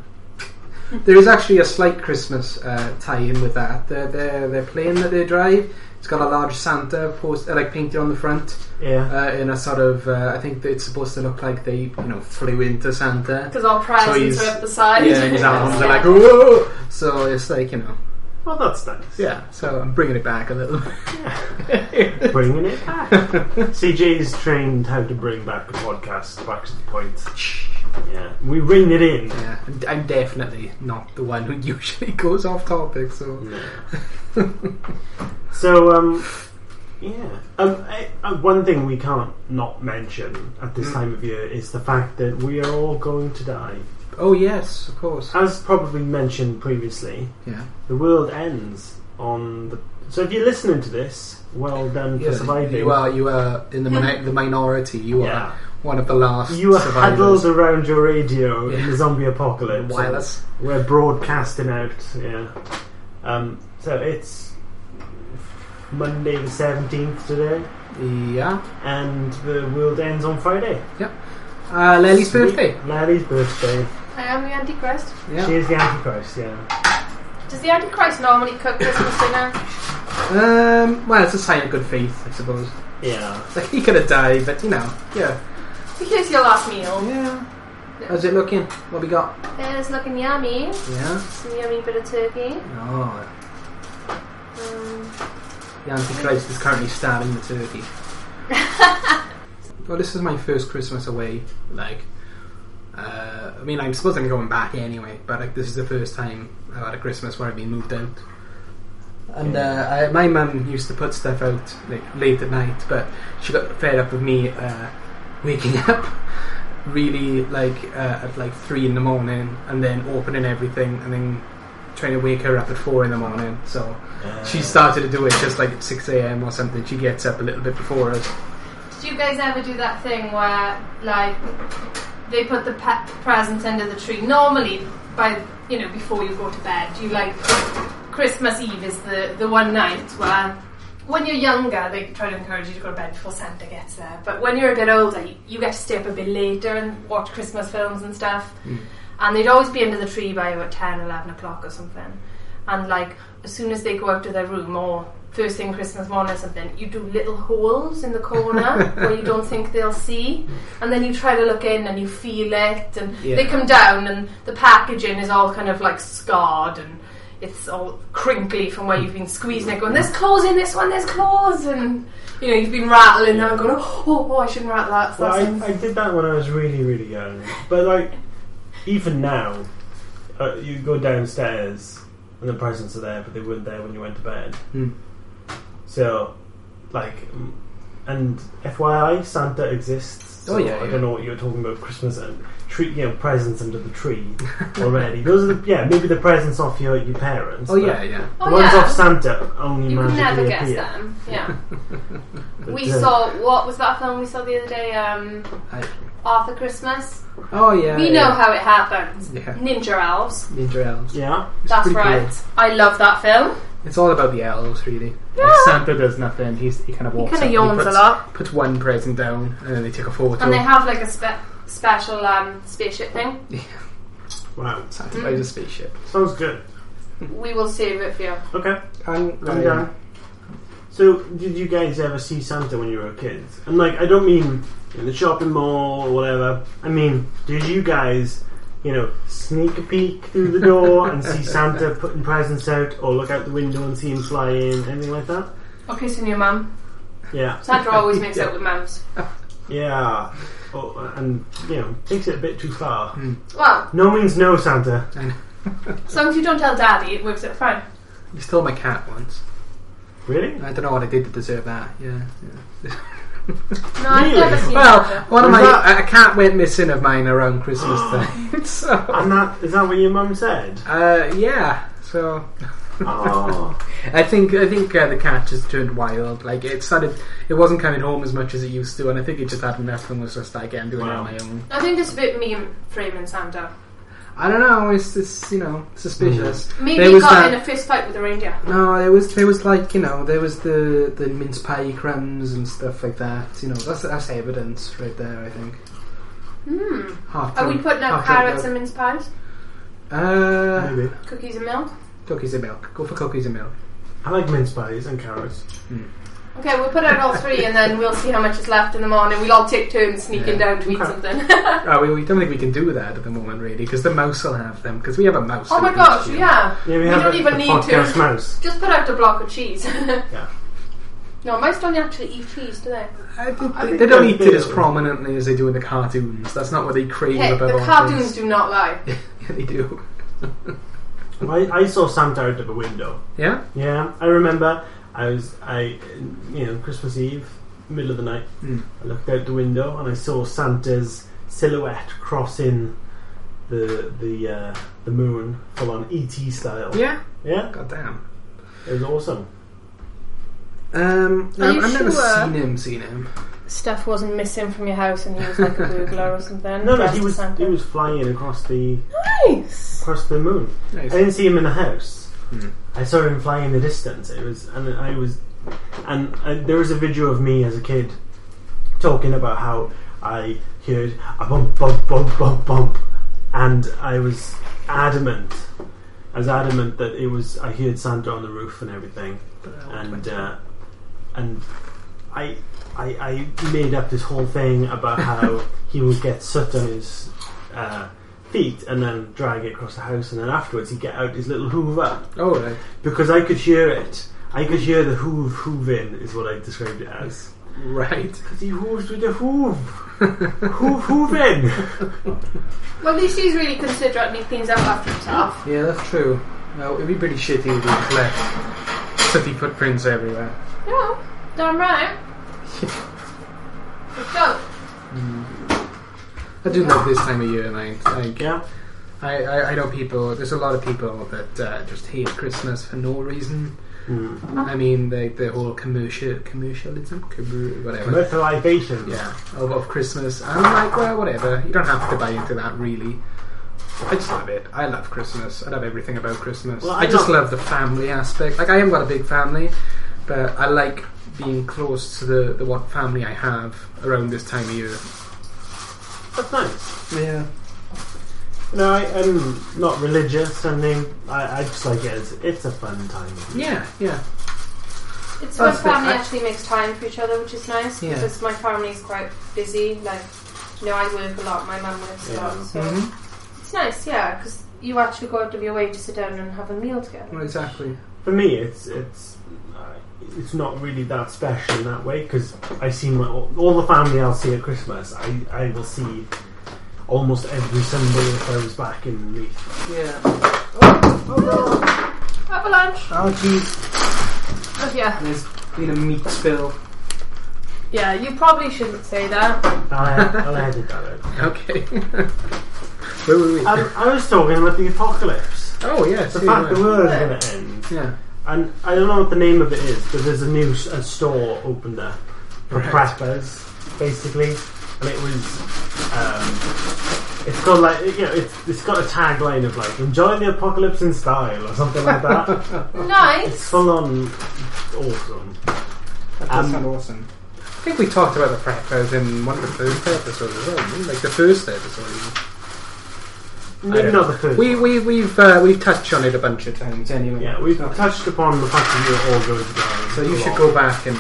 Speaker 2: There is actually a slight Christmas uh, tie-in with that. Their their their plane that they drive, it's got a large Santa post uh, like painted on the front
Speaker 3: yeah.
Speaker 2: uh, in a sort of. Uh, I think that it's supposed to look like they you know flew into Santa.
Speaker 1: Because our prizes
Speaker 2: he's-
Speaker 1: were at the side. [laughs]
Speaker 2: Yeah, and his arms are like
Speaker 1: Yeah.
Speaker 2: whoa. So it's like you know
Speaker 3: Well, that's nice.
Speaker 2: yeah. So I'm bringing it back a little.
Speaker 3: [laughs] Bringing it back.
Speaker 2: [laughs]
Speaker 3: CJ's trained how to bring back the podcast back to the point. Yeah. We rein it in.
Speaker 2: yeah, I'm- I'm definitely not the one who [laughs] usually goes off topic. So.
Speaker 3: [laughs] so, um, yeah. Um, I, uh, one thing we can't not mention at this
Speaker 2: Mm.
Speaker 3: time of year is the fact that we are all going to die.
Speaker 2: Oh yes, of course.
Speaker 3: As probably mentioned previously,
Speaker 2: Yeah.
Speaker 3: the world ends on the. So, if you're listening to this, well done for surviving.
Speaker 2: You are you are in the mini- the minority. You
Speaker 3: Yeah.
Speaker 2: are one of the last
Speaker 3: You are
Speaker 2: survivors.
Speaker 3: huddled around your radio in
Speaker 2: Yeah.
Speaker 3: the zombie apocalypse.
Speaker 2: Wireless.
Speaker 3: We're broadcasting out, yeah. Um, so it's Monday the 17th today,
Speaker 2: Yeah.
Speaker 3: and the world ends on Friday.
Speaker 2: Uh, Lely's
Speaker 3: Sweet.
Speaker 2: birthday.
Speaker 3: Larry's birthday.
Speaker 1: I am the Antichrist.
Speaker 2: Yeah.
Speaker 3: She is the Antichrist, yeah.
Speaker 1: Does the Antichrist normally cook Christmas dinner?
Speaker 2: Um. Well, it's a sign of good faith, I suppose.
Speaker 3: Yeah.
Speaker 2: It's like he could have died, but you know. Yeah.
Speaker 1: Here's your last meal.
Speaker 2: Yeah. How's it looking? What we got?
Speaker 1: It's looking yummy.
Speaker 2: Yeah.
Speaker 1: Some yummy bit of turkey.
Speaker 2: Oh,
Speaker 1: Um,
Speaker 2: the Antichrist is currently stabbing the turkey. well, this is my first Christmas away. Like, uh, I mean, I'm supposed to be going back anyway, but like, this is the first time I've had a Christmas where I've been moved out. And uh, I, my mum used to put stuff out like late at night, but she got fed up with me uh, waking [laughs] up really like uh, at like three in the morning, and then opening everything, and then trying to wake her up at four in the morning. So
Speaker 3: Uh,
Speaker 2: she started to do it just like at 6 a.m. or something. She gets up a little bit before us.
Speaker 1: Did you guys ever do that thing where, like, they put the pe- present under the tree? Normally, by you know, before you go to bed, you like Christmas Eve is the the one night where, when you're younger, they try to encourage you to go to bed before Santa gets there. But when you're a bit older, you, you get to stay up a bit later and watch Christmas films and stuff. And they'd always be under the tree by about 10, 11 o'clock or something. And like, as soon as they go out to their room or first thing Christmas morning or something, you do little holes in the corner where you don't think they'll see. And then you try to look in and you feel it. And they
Speaker 2: Yeah.
Speaker 1: come down and the packaging is all kind of like scarred and it's all crinkly from where you've been squeezing it, going, there's claws in this one, there's claws. And, you know, you've been rattling them and going, oh, oh, oh, I shouldn't rattle that. So
Speaker 3: Well,
Speaker 1: that's-
Speaker 3: I, I did that when I was really, really young. But, like, even now, uh, you go downstairs and the presents are there, but they weren't there when you went to bed.
Speaker 2: Mm.
Speaker 3: So, like, mm, and FYI, Santa exists. So
Speaker 2: Oh, yeah,
Speaker 3: I
Speaker 2: yeah.
Speaker 3: don't know what you were talking about Christmas and treat you know presents under the tree [laughs] already. Those are the, yeah maybe the presents off your your parents.
Speaker 2: Oh,
Speaker 3: but
Speaker 2: yeah, yeah.
Speaker 3: The
Speaker 1: Oh,
Speaker 3: ones
Speaker 1: yeah.
Speaker 3: off Santa only
Speaker 1: You can never
Speaker 3: magically
Speaker 1: guess
Speaker 3: appear.
Speaker 1: them. Yeah.
Speaker 3: But,
Speaker 1: we
Speaker 3: uh,
Speaker 1: saw what was that film we saw the other day? Um,
Speaker 2: I,
Speaker 1: Arthur Christmas.
Speaker 2: oh, yeah.
Speaker 1: we know
Speaker 2: yeah.
Speaker 1: how it happens.
Speaker 2: Yeah.
Speaker 1: Ninja elves.
Speaker 2: [laughs] Ninja elves.
Speaker 3: Yeah,
Speaker 2: It's
Speaker 1: That's
Speaker 2: pretty cool.
Speaker 1: right. I love that film.
Speaker 2: It's all about the elves, really.
Speaker 1: Yeah.
Speaker 2: Like, Santa does nothing. He's, he kind of
Speaker 1: He
Speaker 2: walks.
Speaker 1: kind
Speaker 2: up
Speaker 1: of
Speaker 2: and
Speaker 1: yawns a
Speaker 2: puts,
Speaker 1: lot,
Speaker 2: Puts one present down, and then they take a photo.
Speaker 1: and they have like a spe- special um, spaceship thing.
Speaker 3: wow,
Speaker 2: Santa
Speaker 1: Mm.
Speaker 2: buys a spaceship.
Speaker 3: sounds good.
Speaker 1: We will save it for you.
Speaker 3: Okay,
Speaker 2: And
Speaker 3: I'm done. So, did you guys ever see Santa when you were kids? And like, I don't mean in the shopping mall or whatever. I mean, did you guys, you know, sneak a peek through the door and
Speaker 1: [laughs]
Speaker 3: see Santa putting presents out, or look out the window and see him fly in, anything like that?
Speaker 1: Or kissing your mum.
Speaker 3: Yeah,
Speaker 1: Sandra always makes out with mums.
Speaker 3: yeah. Oh, and you know, takes it a bit too far.
Speaker 1: Well,
Speaker 3: No means no, Santa.
Speaker 1: as long as you don't tell daddy, it works out fine.
Speaker 2: He stole my cat once.
Speaker 3: Really?
Speaker 2: I don't know what I did to deserve that. Yeah. yeah.
Speaker 1: No, I've
Speaker 3: Really?
Speaker 1: never seen
Speaker 2: Well,
Speaker 1: that.
Speaker 2: one of
Speaker 3: Was
Speaker 2: my
Speaker 3: that-
Speaker 2: a cat went missing of mine around [gasps] Christmas time. [laughs] so,
Speaker 3: And that is that what your
Speaker 1: [laughs]
Speaker 3: mum said?
Speaker 2: uh, yeah. So
Speaker 3: Oh,
Speaker 2: I think I think uh, the cat just turned wild. Like it started, it wasn't coming home as much as it used to, and I think it just had enough and was just like, "I'm doing
Speaker 3: Wow.
Speaker 2: it on my own."
Speaker 1: I think it's a bit me framing Santa.
Speaker 2: I don't know. It's just you know suspicious.
Speaker 1: Maybe
Speaker 2: There
Speaker 1: he
Speaker 2: was
Speaker 1: got
Speaker 2: that-
Speaker 1: in a fist fight with a reindeer.
Speaker 2: No, there was there was like you know there was the the mince pie crumbs and stuff like that. You know that's that's evidence right there. I think.
Speaker 1: Hmm.
Speaker 2: Half
Speaker 1: Are we
Speaker 2: done-
Speaker 1: putting out
Speaker 2: half done
Speaker 1: carrots and mince pies?
Speaker 2: Uh,
Speaker 3: Maybe.
Speaker 1: Cookies and milk?
Speaker 2: cookies and milk. Go for cookies and milk.
Speaker 3: I like mince pies and carrots.
Speaker 1: Okay, we'll put out all three and then we'll see how much is left in the morning. We'll all take turns sneaking
Speaker 2: Yeah.
Speaker 1: down to eat
Speaker 3: Okay.
Speaker 1: something. [laughs]
Speaker 2: Oh, we, we don't think we can do that at the moment, really, because the mouse will have them. Because we have a mouse.
Speaker 1: oh
Speaker 2: in
Speaker 1: my
Speaker 2: the
Speaker 1: gosh,
Speaker 2: kitchen.
Speaker 1: yeah.
Speaker 3: Yeah, we,
Speaker 1: We
Speaker 3: have
Speaker 1: don't
Speaker 3: a,
Speaker 1: even
Speaker 3: a
Speaker 1: need
Speaker 3: podcast
Speaker 1: to.
Speaker 3: mouse.
Speaker 1: Just put out a block of cheese. [laughs]
Speaker 3: Yeah.
Speaker 1: No, mice don't actually eat cheese, do they?
Speaker 2: I think
Speaker 3: I
Speaker 2: they,
Speaker 3: think
Speaker 2: they don't
Speaker 3: they-
Speaker 2: eat it as
Speaker 3: they-
Speaker 2: prominently as they do in the cartoons. That's not what they crave
Speaker 1: Hey,
Speaker 2: about
Speaker 1: the
Speaker 2: all
Speaker 1: cartoons
Speaker 2: things.
Speaker 1: do not lie.
Speaker 2: yeah, [laughs] they do.
Speaker 3: I, I saw Santa out of a window.
Speaker 2: Yeah.
Speaker 3: Yeah, I remember. I was I, you know, Christmas Eve, middle of the night.
Speaker 2: Mm.
Speaker 3: I looked out the window and I saw Santa's silhouette crossing the the uh, the moon, full on ET style.
Speaker 2: Yeah.
Speaker 3: yeah,
Speaker 2: God damn.
Speaker 3: it was awesome.
Speaker 2: Um,
Speaker 1: Are you
Speaker 2: I've never
Speaker 1: sure?
Speaker 2: seen him. Seen him.
Speaker 1: Stuff wasn't missing from your house and he was like a burglar or something.
Speaker 3: No, no, he was he was flying across the
Speaker 1: nice.
Speaker 3: across the moon. I
Speaker 2: Nice.
Speaker 3: didn't see him in the house.
Speaker 2: Mm.
Speaker 3: I saw him fly in the distance. It was, and I was, and uh, there was a video of me as a kid talking about how I heard a bump, bump, bump, bump, bump, and I was adamant. I was adamant that it was. I heard Santa on the roof and everything, and uh, and I, I I made up this whole thing about how he would get soot on his uh, feet and then drag it across the house, and then afterwards he'd get out his little Hoover
Speaker 2: oh right.
Speaker 3: because I could hear it. I could hear the hoov hooving is what I described it as.
Speaker 2: Right.
Speaker 3: Because he hooves with a hoov, hoov hooving.
Speaker 2: [laughs]
Speaker 1: Well, at least he's really considerate and he cleans up after himself.
Speaker 2: Yeah, that's true. Well, it'd be pretty shitty if he left city footprints everywhere.
Speaker 1: No, damn [laughs] right. Let's go.
Speaker 2: Mm. I do love this time of year, and I, I,
Speaker 3: Yeah,
Speaker 2: I, I, I know people. There's a lot of people that uh, just hate Christmas for no reason.
Speaker 3: mm.
Speaker 2: I mean, the the whole commercial commercialism, commer- whatever.
Speaker 3: commercialization.
Speaker 2: Yeah, of, of Christmas. I'm like, well, whatever. You don't have to buy into that, really. I just love it. I love Christmas. I love everything about Christmas.
Speaker 3: Well,
Speaker 2: I,
Speaker 3: I
Speaker 2: just
Speaker 3: know-
Speaker 2: love the family aspect. Like, I haven't got a big family, but I like being close to the, the what family I have around this time of year.
Speaker 3: that's nice.
Speaker 2: Yeah.
Speaker 3: No, I, I'm not religious. I mean, I, I just like it. As, it's a fun time.
Speaker 2: Yeah, yeah.
Speaker 1: It's
Speaker 2: That's
Speaker 1: when
Speaker 2: good.
Speaker 1: family
Speaker 2: I-
Speaker 1: actually makes time for each other, which is nice
Speaker 2: Yeah.
Speaker 1: because my family's quite busy. Like, you know, I work a lot, my mum works a
Speaker 3: Yeah.
Speaker 1: lot, so
Speaker 2: hmm
Speaker 1: it's nice, yeah, because you actually go out of your way to sit down and have a meal together.
Speaker 2: Well, exactly.
Speaker 3: For me, it's it's uh, it's not really that special in that way because I see my all, all the family I'll see at Christmas. I I will see almost every Sunday if I was back in Leith.
Speaker 2: Yeah.
Speaker 1: Have a lunch.
Speaker 2: Oh, jeez.
Speaker 1: Oh, yeah,
Speaker 2: There's been a meat spill.
Speaker 1: yeah. You probably shouldn't say that.
Speaker 3: I'll edit that out.
Speaker 2: [laughs] Okay. [laughs] wait, wait, wait.
Speaker 3: Um, I was talking about the apocalypse.
Speaker 2: oh, yeah.
Speaker 3: The
Speaker 2: see,
Speaker 3: fact the
Speaker 2: right.
Speaker 3: world is going to end.
Speaker 2: Yeah.
Speaker 3: And I don't know what the name of it is, but there's a new s- a store opened up for
Speaker 2: Right.
Speaker 3: preppers, basically. And it was. Um, it's got like you know, it's it's got a tagline of like enjoy the apocalypse in style or something like
Speaker 2: [laughs]
Speaker 3: that.
Speaker 1: Nice.
Speaker 3: it's full on awesome.
Speaker 2: That does
Speaker 3: Um,
Speaker 2: sound awesome. I think we talked about the Frackos in one of the first episodes as well, didn't we? like the first episode. even.
Speaker 3: Maybe
Speaker 2: don't
Speaker 3: not the first.
Speaker 2: We we we've uh, we've touched on it a bunch of times anyway.
Speaker 3: yeah, we've
Speaker 2: so,
Speaker 3: touched upon the fact that you're all going to die.
Speaker 2: so you should
Speaker 3: along.
Speaker 2: go back and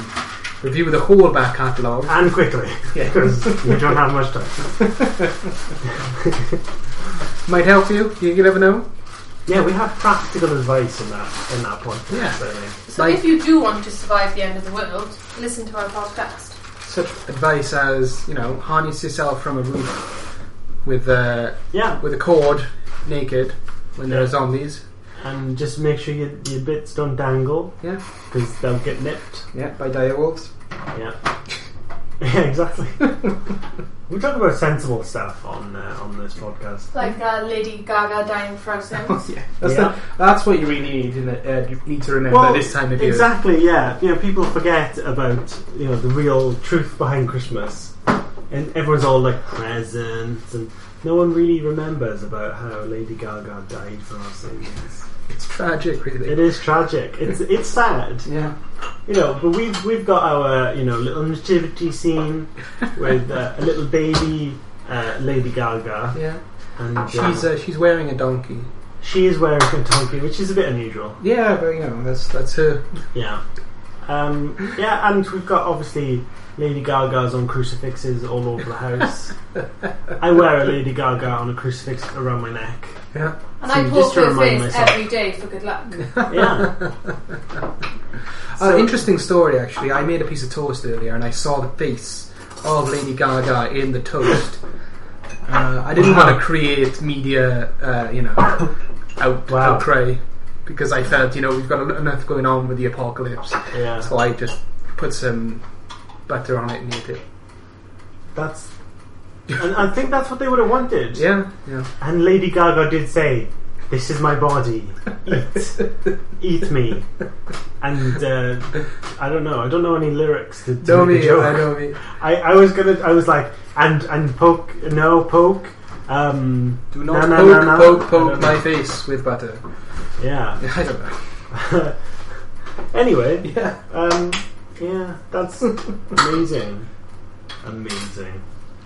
Speaker 2: review the whole back catalogue.
Speaker 3: and quickly [laughs]
Speaker 2: Yeah.
Speaker 3: because we don't have much time.
Speaker 2: Might help you. You you never know.
Speaker 3: Yeah, we have practical advice in that in that podcast.
Speaker 2: Yeah.
Speaker 3: I think.
Speaker 1: So
Speaker 2: like-
Speaker 1: if you do want to survive the end of the world, listen to our podcast.
Speaker 2: Such advice as you know, harness yourself from a roof with uh,
Speaker 3: Yeah,
Speaker 2: with a cord, naked, when there are
Speaker 3: Yeah.
Speaker 2: zombies.
Speaker 3: and just make sure your, your bits don't dangle
Speaker 2: Yeah,
Speaker 3: because they'll get nipped.
Speaker 2: yeah, by direwolves.
Speaker 3: Yeah. [laughs] yeah, exactly. we talk about sensible stuff on uh, on this podcast.
Speaker 1: Like uh, Lady Gaga dying frozen. [laughs]
Speaker 2: yeah, that's
Speaker 3: Yeah.
Speaker 2: the- that's what you really need. In the, uh, you need to remember this time of year.
Speaker 3: exactly. Yeah, you know, people forget about you know the real truth behind Christmas, and everyone's all like presents and No one really remembers about how Lady Gaga died from our sins.
Speaker 2: It's tragic, really.
Speaker 3: It is tragic. It's it's sad,
Speaker 2: Yeah.
Speaker 3: you know. But we've we've got our you know little nativity scene with uh, a little baby uh, Lady Gaga,
Speaker 2: Yeah.
Speaker 3: and uh,
Speaker 2: She's uh, she's wearing a donkey.
Speaker 3: she is wearing a donkey, which is a bit unusual.
Speaker 2: Yeah, but you know that's that's her.
Speaker 3: Yeah. Um, yeah, and we've got obviously Lady Gaga's on crucifixes all over the house. I wear a Lady Gaga on a crucifix around my neck.
Speaker 2: Yeah.
Speaker 1: And
Speaker 3: So
Speaker 1: I
Speaker 3: just
Speaker 1: poke
Speaker 3: to
Speaker 1: her
Speaker 3: remind
Speaker 1: face
Speaker 3: myself.
Speaker 1: every day for good
Speaker 2: [laughs]
Speaker 1: luck.
Speaker 3: Yeah.
Speaker 2: Uh,
Speaker 3: So-
Speaker 2: interesting story, actually. I made a piece of toast earlier, and I saw the face of Lady Gaga in the toast. Uh, I didn't
Speaker 3: Wow.
Speaker 2: want to create media, uh, you know, out
Speaker 3: Wow.
Speaker 2: outcry because I felt, you know, we've got enough going on with the apocalypse.
Speaker 3: Yeah.
Speaker 2: So I just put some butter on it and ate it.
Speaker 3: That's. And I think that's what they would have wanted.
Speaker 2: Yeah, yeah.
Speaker 3: And Lady Gaga did say, "This is my body. Eat, eat me." And uh, I don't know. I don't know any lyrics to, to
Speaker 2: Know
Speaker 3: make a
Speaker 2: me,
Speaker 3: joke.
Speaker 2: I know me.
Speaker 3: I, I was gonna. I was like, and and poke. No poke. Um,
Speaker 2: Do not
Speaker 3: na, na,
Speaker 2: poke,
Speaker 3: na, na.
Speaker 2: poke,
Speaker 3: I
Speaker 2: poke
Speaker 3: don't know.
Speaker 2: my face with butter. [laughs]
Speaker 3: Yeah.
Speaker 2: I don't know.
Speaker 3: [laughs] anyway,
Speaker 2: Yeah.
Speaker 3: um, yeah, that's amazing. Amazing.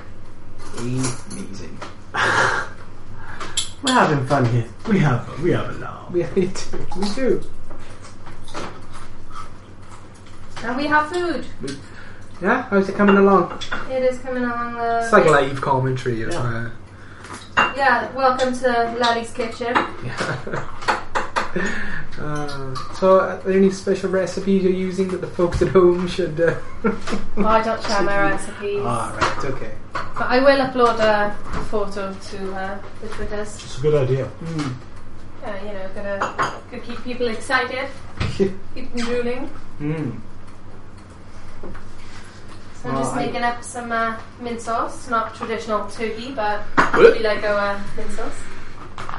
Speaker 2: [laughs] Amazing.
Speaker 3: We're having fun here. We have we have a laugh.
Speaker 2: We, we do.
Speaker 1: And we have food.
Speaker 2: Yeah, how's it coming along?
Speaker 1: It is coming along uh, the.
Speaker 2: It's like live commentary. Of,
Speaker 3: Yeah.
Speaker 2: uh,
Speaker 1: Yeah, welcome to Lally's kitchen.
Speaker 2: [laughs] Uh, so, are there any special recipes you're using that the folks at home should? Uh...
Speaker 1: Oh, I don't share my recipes.
Speaker 2: Ah, right, okay.
Speaker 1: But I will upload a photo to uh, the Twitters.
Speaker 3: It's a good idea.
Speaker 2: Mm.
Speaker 1: Uh, you know, gonna, gonna keep people
Speaker 2: [laughs]
Speaker 1: excited,
Speaker 2: Mm.
Speaker 1: keep them drooling.
Speaker 2: mm.
Speaker 1: So I'm just
Speaker 2: Well, I-
Speaker 1: making up some uh, mint sauce, not traditional turkey, but
Speaker 2: What?
Speaker 1: we like our uh, mint sauce.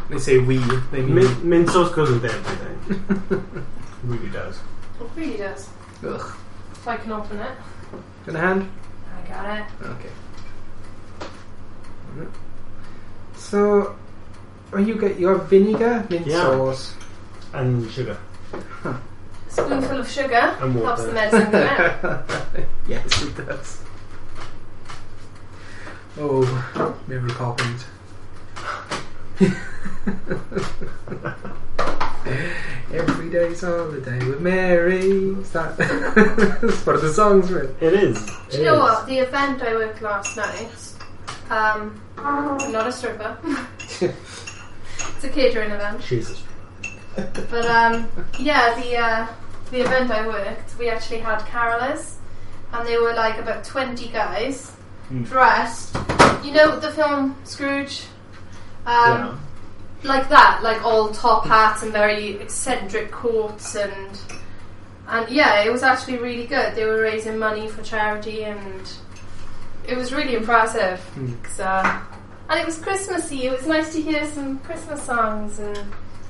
Speaker 2: They say we. They mean.
Speaker 3: Min, mint sauce goes with everything. really does.
Speaker 1: It really does.
Speaker 2: Ugh.
Speaker 1: If I can open it,
Speaker 2: Got a hand?
Speaker 1: I got it.
Speaker 2: Okay. Alright. Mm-hmm. So, oh, you get your vinegar, mint
Speaker 3: Yeah.
Speaker 2: sauce.
Speaker 3: And sugar
Speaker 1: A spoonful of sugar
Speaker 3: and
Speaker 1: helps the
Speaker 3: water.
Speaker 1: medicine come
Speaker 3: [laughs]
Speaker 1: out.
Speaker 2: yes, it does. Oh, Mary Poppins. [laughs] Every day's holiday with Mary. Is that- [laughs] That's one of the songs, really.
Speaker 3: It is.
Speaker 1: Do
Speaker 3: It
Speaker 1: you know
Speaker 3: is.
Speaker 1: what? The event I worked last night, um, I'm not a
Speaker 3: [laughs]
Speaker 1: stripper. it's a catering event.
Speaker 3: Jesus.
Speaker 1: But um, yeah, the uh, the event I worked, we actually had carolers, and they were like about twenty guys
Speaker 3: Hmm.
Speaker 2: Mm.
Speaker 1: dressed. You know the film Scrooge,
Speaker 3: Yeah.
Speaker 1: um, like that, like all top hats and very eccentric coats, and and yeah, it was actually really good. They were raising money for charity, and it was really impressive.
Speaker 2: Mm.
Speaker 1: 'cause, uh, and it was Christmassy. It was nice to hear some Christmas songs and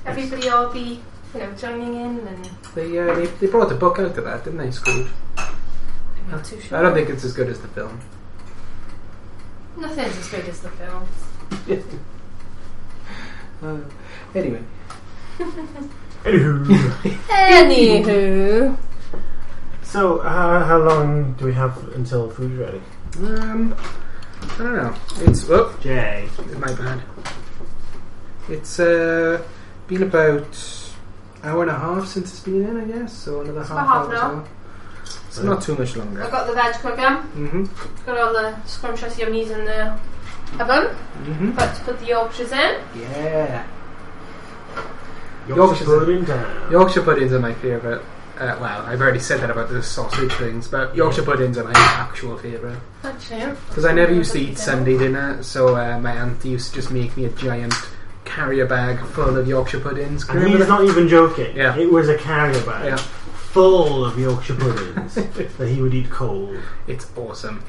Speaker 1: everybody all be you know joining in and
Speaker 2: They, uh, they, they brought a book out of that, didn't they, Scrooge?
Speaker 1: I'm not too sure.
Speaker 2: I don't think it's as good as the film.
Speaker 1: nothing's as good as the film.
Speaker 2: uh, anyway.
Speaker 3: Anywho.
Speaker 1: Anywho,
Speaker 3: so, uh, how long do we have until food's ready?
Speaker 2: Um, I don't know. It's. Oh,
Speaker 3: Jay.
Speaker 2: My bad. It's uh, been about hour and a half since it's been in, I guess. So another
Speaker 1: It's
Speaker 2: half
Speaker 1: about half
Speaker 2: hour.
Speaker 1: an hour.
Speaker 2: So. It's not too much
Speaker 1: I've
Speaker 2: longer.
Speaker 1: got the veg cooker.
Speaker 2: Mhm.
Speaker 1: Got all the scrumptious yummies in the oven.
Speaker 2: Mhm.
Speaker 1: About to put the Yorkshires in.
Speaker 2: Yeah.
Speaker 3: Yorkshire
Speaker 2: Yorkshire's
Speaker 3: pudding down.
Speaker 2: Yorkshire puddings are my favourite. Uh, well, I've already said that about the sausage things, but Yorkshire puddings are my actual favourite.
Speaker 1: Actually,
Speaker 2: Because I never used to eat Sunday dinner, so uh, my auntie used to just make me a giant carrier bag full of Yorkshire puddings. Can you
Speaker 3: And he's
Speaker 2: remember
Speaker 3: not even joking.
Speaker 2: Yeah.
Speaker 3: It was a carrier
Speaker 2: that?
Speaker 3: bag
Speaker 2: Yeah,
Speaker 3: full of Yorkshire
Speaker 2: [laughs]
Speaker 3: puddings that he would eat cold.
Speaker 2: it's awesome.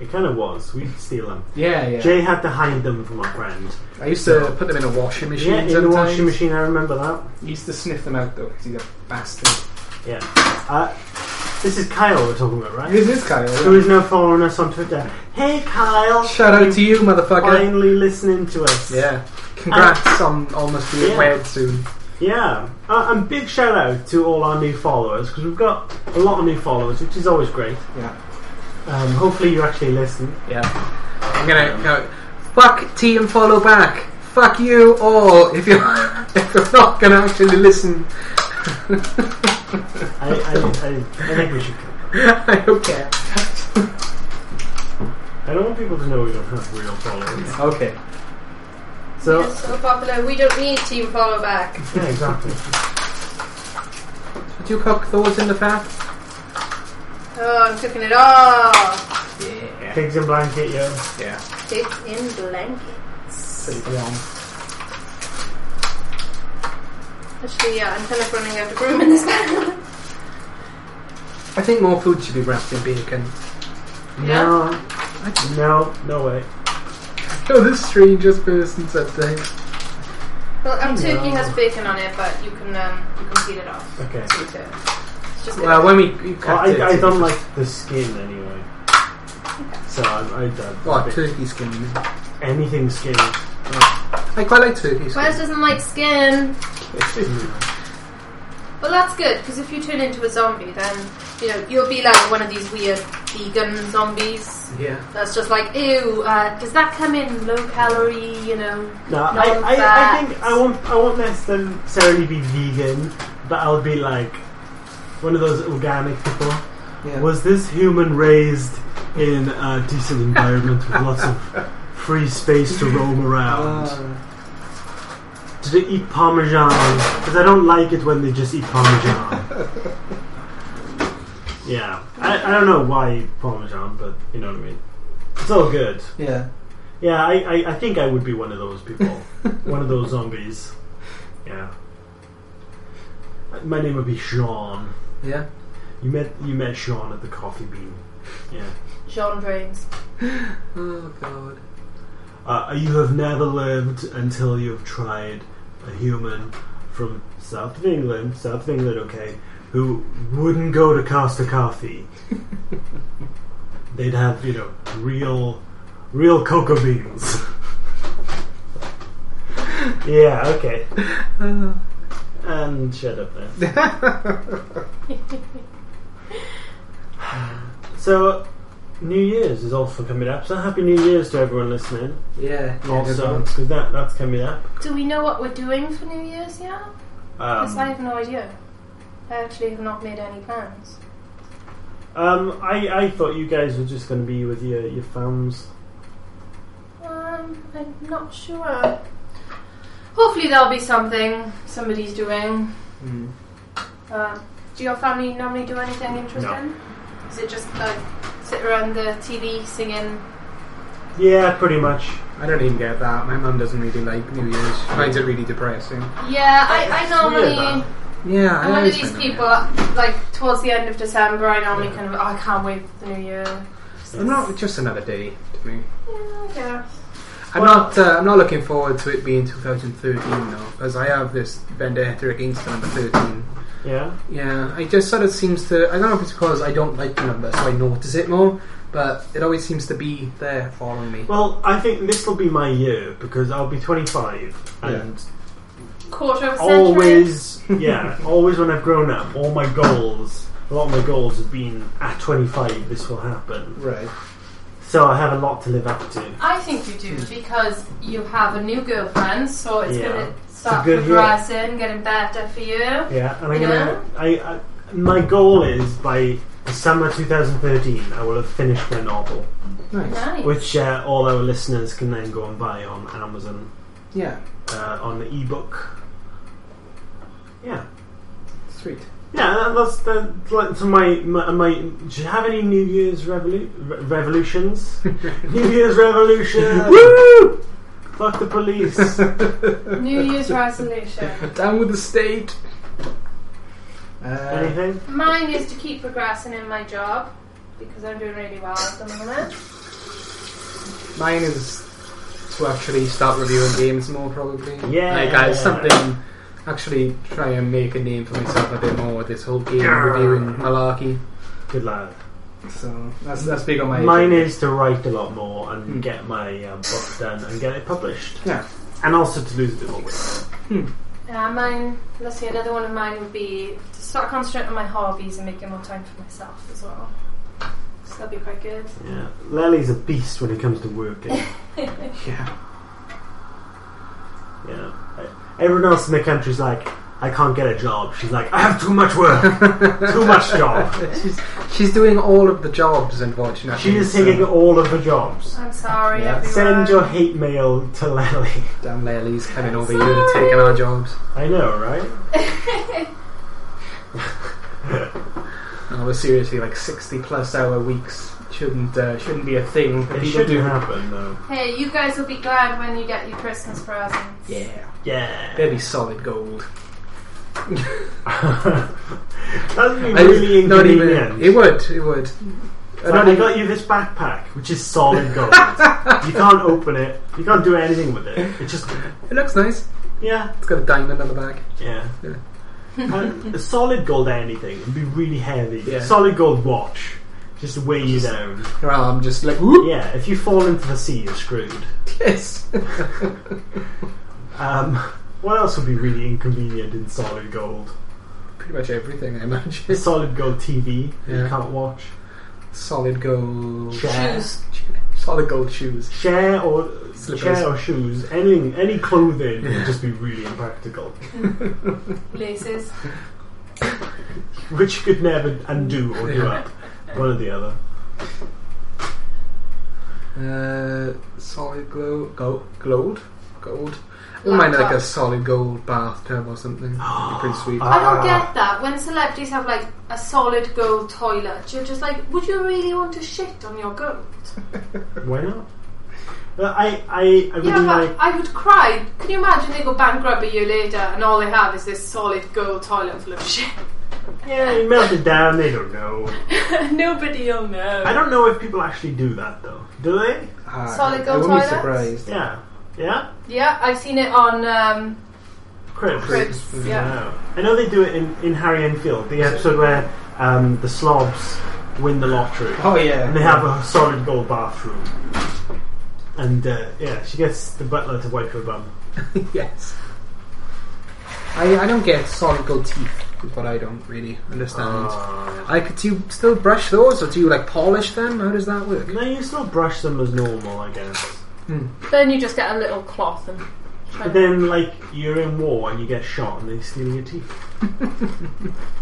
Speaker 3: It kind of was. We'd steal them.
Speaker 2: Yeah, yeah.
Speaker 3: Jay had to hide them from our friend.
Speaker 2: I used to put them in a washing machine.
Speaker 3: yeah, in the
Speaker 2: sometimes.
Speaker 3: washing machine. I remember that.
Speaker 2: He used to sniff them out though, because he's a bastard.
Speaker 3: Yeah. Uh, This is Kyle we're talking about, right?
Speaker 2: This is Kyle.
Speaker 3: Who is now following us on Twitter. Hey Kyle!
Speaker 2: Shout out to you, motherfucker.
Speaker 3: Finally listening to us.
Speaker 2: Yeah. Congrats on almost being
Speaker 3: Yeah.
Speaker 2: wed soon.
Speaker 3: Yeah. Uh, and big shout out to all our new followers because we've got a lot of new followers, which is always great.
Speaker 2: Yeah.
Speaker 3: Um, hopefully you actually listen.
Speaker 2: Yeah. I'm gonna go. Fuck tea and follow back. Fuck you all [laughs] if you're, if you're not gonna actually listen. [laughs]
Speaker 3: I, I, I, I think we should.
Speaker 2: I don't care.
Speaker 3: I don't want people to know we don't have real followers.
Speaker 2: Okay.
Speaker 3: So
Speaker 1: It's so popular. We don't need team follow back.
Speaker 3: yeah, exactly.
Speaker 2: Would you cook those in the past?
Speaker 1: Oh, I'm cooking it all.
Speaker 2: Yeah.
Speaker 3: Pigs in blanket, yo.
Speaker 2: Yeah.
Speaker 1: It's in blankets. Actually, yeah, I'm kind of uh, running out of room in this bag.
Speaker 2: I think more food should be wrapped in bacon. [laughs]
Speaker 1: Yeah.
Speaker 3: No, no, no way.
Speaker 2: Oh, the strangest person said things.
Speaker 1: [laughs] Well, our
Speaker 3: Yeah.
Speaker 1: turkey has bacon on it, but you can um, you can peel it off.
Speaker 3: Okay.
Speaker 1: to eat it. It's just
Speaker 2: Well, when we you
Speaker 3: Well,
Speaker 2: cut it,
Speaker 3: I, I
Speaker 2: it's
Speaker 3: don't
Speaker 2: just-
Speaker 3: like the skin anyway. So I, I don't.
Speaker 2: Oh, turkey skin.
Speaker 3: Anything skin.
Speaker 2: I quite like turkey skin.
Speaker 1: Wes doesn't like skin. Well, that's good because if you turn into a zombie, then you know you'll be like one of these weird vegan zombies.
Speaker 2: yeah.
Speaker 1: That's just like, ew. Uh, does that come in low calorie? You know,
Speaker 3: No, I, I, I
Speaker 1: fat.
Speaker 3: think I won't. I won't necessarily be vegan, but I'll be like one of those organic people.
Speaker 2: Yeah.
Speaker 3: Was this human raised in a decent environment with lots of free space to roam
Speaker 2: [laughs]
Speaker 3: around?
Speaker 2: Uh.
Speaker 3: Did it eat parmesan? Because I don't like it when they just eat parmesan. yeah, I, I don't know why eat parmesan, but you know what I mean. It's all good.
Speaker 2: yeah.
Speaker 3: Yeah, I, I, I think I would be one of those people, one of those zombies. Yeah, my name would be Sean.
Speaker 2: Yeah.
Speaker 3: You met you met Sean at the coffee bean. Yeah,
Speaker 1: Jean Brains.
Speaker 2: Oh [laughs] god.
Speaker 3: uh, you have never lived until you've tried a human from south of England, south of England, okay, who wouldn't go to Costa Coffee. They'd have you know real, real cocoa beans. yeah, okay. And shut up there. so, New Year's is also coming up. So, Happy New Year's to everyone listening.
Speaker 2: Yeah. yeah
Speaker 3: also,
Speaker 2: good
Speaker 3: because that, that's coming up.
Speaker 1: Do we know what we're doing for New Year's yet? Because I
Speaker 3: Um,
Speaker 1: have no idea. I actually have not made any plans.
Speaker 3: um, I, I thought you guys were just going to be with your, your fams.
Speaker 1: Um, I'm not sure. Hopefully there'll be something somebody's doing.
Speaker 2: one.
Speaker 1: Uh, do your family normally do anything interesting? Is it just like sit around the TV singing?
Speaker 3: Yeah, pretty much.
Speaker 2: Mm. I don't even get that. My mum doesn't really like New Year's. She finds it really depressing.
Speaker 1: Yeah, I, I
Speaker 3: It's
Speaker 1: normally
Speaker 3: weird, that.
Speaker 2: Yeah. I
Speaker 1: I'm one of
Speaker 2: always
Speaker 1: these
Speaker 2: find it
Speaker 1: people
Speaker 2: weird.
Speaker 1: like towards the end of December. I normally
Speaker 3: Yeah.
Speaker 1: kind of oh, I can't wait for the new year.
Speaker 2: I'm not. It's just another day to me.
Speaker 1: Yeah, I guess.
Speaker 2: I'm
Speaker 3: Well-
Speaker 2: not. Uh, I'm not looking forward to it being 2013 though, because I have this vendetta against the number 13.
Speaker 3: Yeah.
Speaker 2: Yeah, it just sort of seems to. I don't know if it's because I don't like the number, so I notice it more. But it always seems to be there following me.
Speaker 3: Well, I think this will be my year because I'll be 25 and
Speaker 1: Quarter of a century.
Speaker 3: always, yeah, always when I've grown up, all my goals, a lot of my goals have been at 25 this will happen.
Speaker 2: Right.
Speaker 3: So I have a lot to live up to.
Speaker 1: I think you do because you have a new girlfriend, so it's
Speaker 3: Hmm. Yeah.
Speaker 1: going to
Speaker 3: It's a
Speaker 1: start
Speaker 3: good year.
Speaker 1: progressing, getting better for you.
Speaker 3: Yeah, and I'm
Speaker 1: Yeah.
Speaker 2: Uh-huh.
Speaker 3: gonna. I, I my goal is by the summer 2013, I will have finished my novel,
Speaker 2: Nice.
Speaker 1: Nice.
Speaker 3: which uh, all our listeners can then go and buy on Amazon
Speaker 2: Yeah.
Speaker 3: uh, on the ebook. Yeah.
Speaker 2: Sweet.
Speaker 3: Yeah, that- that's the like, so my, my my. Do you have any New Year's revolu- re- revolutions?
Speaker 2: [laughs]
Speaker 3: New Year's revolution!
Speaker 2: Woo!
Speaker 3: Fuck the
Speaker 2: [laughs]
Speaker 3: police! [laughs]
Speaker 1: New Year's resolution.
Speaker 2: Down with the state. Uh,
Speaker 3: Anything?
Speaker 1: Mine is to keep progressing in my job because I'm doing really well at the moment.
Speaker 2: mine is to actually start reviewing games more, probably.
Speaker 3: Yeah.
Speaker 2: Like uh, something. Actually, try and make a name for myself a bit more with this whole game
Speaker 3: Grr.
Speaker 2: reviewing malarkey.
Speaker 3: Good lad.
Speaker 2: So that's that's big on my.
Speaker 3: Mine
Speaker 2: agenda.
Speaker 3: is to write a lot more and
Speaker 2: Hmm.
Speaker 3: get my um, book done and get it published.
Speaker 2: Yeah.
Speaker 3: And also to lose a bit more weight.
Speaker 1: Uh, mine, let's see, another one of mine would be to start concentrating on my hobbies and making more time for myself as well. So that'd be quite good.
Speaker 3: Yeah. Lely's a beast when it comes to
Speaker 2: [laughs]
Speaker 3: working.
Speaker 2: Yeah.
Speaker 3: Yeah. Everyone else in the country's like, I can't get a job. She's like, I have too much work, too much job.
Speaker 2: [laughs] She's, she's doing all of the jobs, unfortunately.
Speaker 3: She is
Speaker 2: so-
Speaker 3: taking all of the jobs.
Speaker 1: I'm sorry,
Speaker 2: Yeah.
Speaker 1: everyone.
Speaker 3: Send your hate mail to Lely.
Speaker 2: Damn Lely's coming over here and taking our jobs.
Speaker 3: I know, right?
Speaker 2: No, but seriously, like sixty plus hour weeks shouldn't uh, shouldn't be a thing. for
Speaker 3: It
Speaker 2: people to
Speaker 3: shouldn't
Speaker 2: do.
Speaker 3: happen, though.
Speaker 1: Hey, you guys will be glad when you get your Christmas presents.
Speaker 2: Yeah,
Speaker 3: Yeah.
Speaker 2: that'd [laughs] be solid gold.
Speaker 3: That'd be
Speaker 2: I-
Speaker 3: really
Speaker 2: not even-
Speaker 3: inconvenient.
Speaker 2: It would. It would.
Speaker 3: It's
Speaker 2: Not
Speaker 3: like, I
Speaker 2: even-
Speaker 3: got you this backpack, which is
Speaker 2: [laughs]
Speaker 3: solid gold. you can't open it. You can't do anything with it. It just,
Speaker 2: it looks nice.
Speaker 3: yeah,
Speaker 2: It's got a diamond on the back.
Speaker 3: yeah.
Speaker 2: Yeah.
Speaker 3: Uh, solid gold anything would be really heavy.
Speaker 2: Yeah.
Speaker 3: Solid gold watch, just weigh you down.
Speaker 2: Your arm just like whoop. [laughs]
Speaker 3: Yeah, if you fall into the sea, you're screwed.
Speaker 2: Yes.
Speaker 3: Um, what else would be really inconvenient in solid gold?
Speaker 2: Pretty much everything I imagine.
Speaker 3: It's solid gold TV that
Speaker 2: Yeah.
Speaker 3: you can't watch.
Speaker 2: Solid gold.
Speaker 3: Share,
Speaker 1: Shoes.
Speaker 2: [laughs] Solid gold shoes.
Speaker 3: share or
Speaker 2: Slippers.
Speaker 3: share or shoes. Anything, any clothing would just be really impractical,
Speaker 1: Laces.
Speaker 3: which you could never undo or do
Speaker 2: Yeah.
Speaker 3: up. One or the other.
Speaker 2: Uh, solid glow, gold, gold, gold. Or mind like a
Speaker 1: Laptop.
Speaker 2: solid gold bathtub or something. That'd be pretty sweet.
Speaker 3: Ah.
Speaker 1: I don't get that. When celebrities have like a solid gold toilet, you're just like, would you really want to shit on your gold?
Speaker 3: Why not? Well, I, I, I really
Speaker 1: Yeah, but
Speaker 3: like.
Speaker 1: I would cry. Can you imagine they go bankrupt a year later and all they have is this solid gold toilet full of shit?
Speaker 3: Yeah,
Speaker 1: [laughs]
Speaker 3: you melt it down. They don't know.
Speaker 1: Nobody'll know.
Speaker 3: I don't know if people actually do that though. Do they?
Speaker 2: Ah,
Speaker 1: Solid
Speaker 2: I
Speaker 1: gold
Speaker 2: wouldn't be
Speaker 1: toilets?
Speaker 2: surprised.
Speaker 3: Yeah. Yeah.
Speaker 1: Yeah, I've seen it on um,
Speaker 3: Cribs.
Speaker 1: Cribs.
Speaker 2: Cribs,
Speaker 1: Yeah.
Speaker 3: Wow. I know they do it in, in Harry Enfield, the episode where um, the slobs win the lottery.
Speaker 2: Oh yeah. [laughs]
Speaker 3: And they have a solid gold bathroom. And uh, yeah, she gets the butler to wipe her bum.
Speaker 2: yes. I, I don't get solid gold teeth, is what I don't really understand.
Speaker 3: Uh,
Speaker 2: I could do you still brush those, or do you like polish them? How does that work?
Speaker 3: no, you still brush them as normal, I guess.
Speaker 2: Hmm.
Speaker 1: then you just get a little cloth and.
Speaker 3: But then, like, you're in war and you get shot and they steal your teeth.
Speaker 2: [laughs]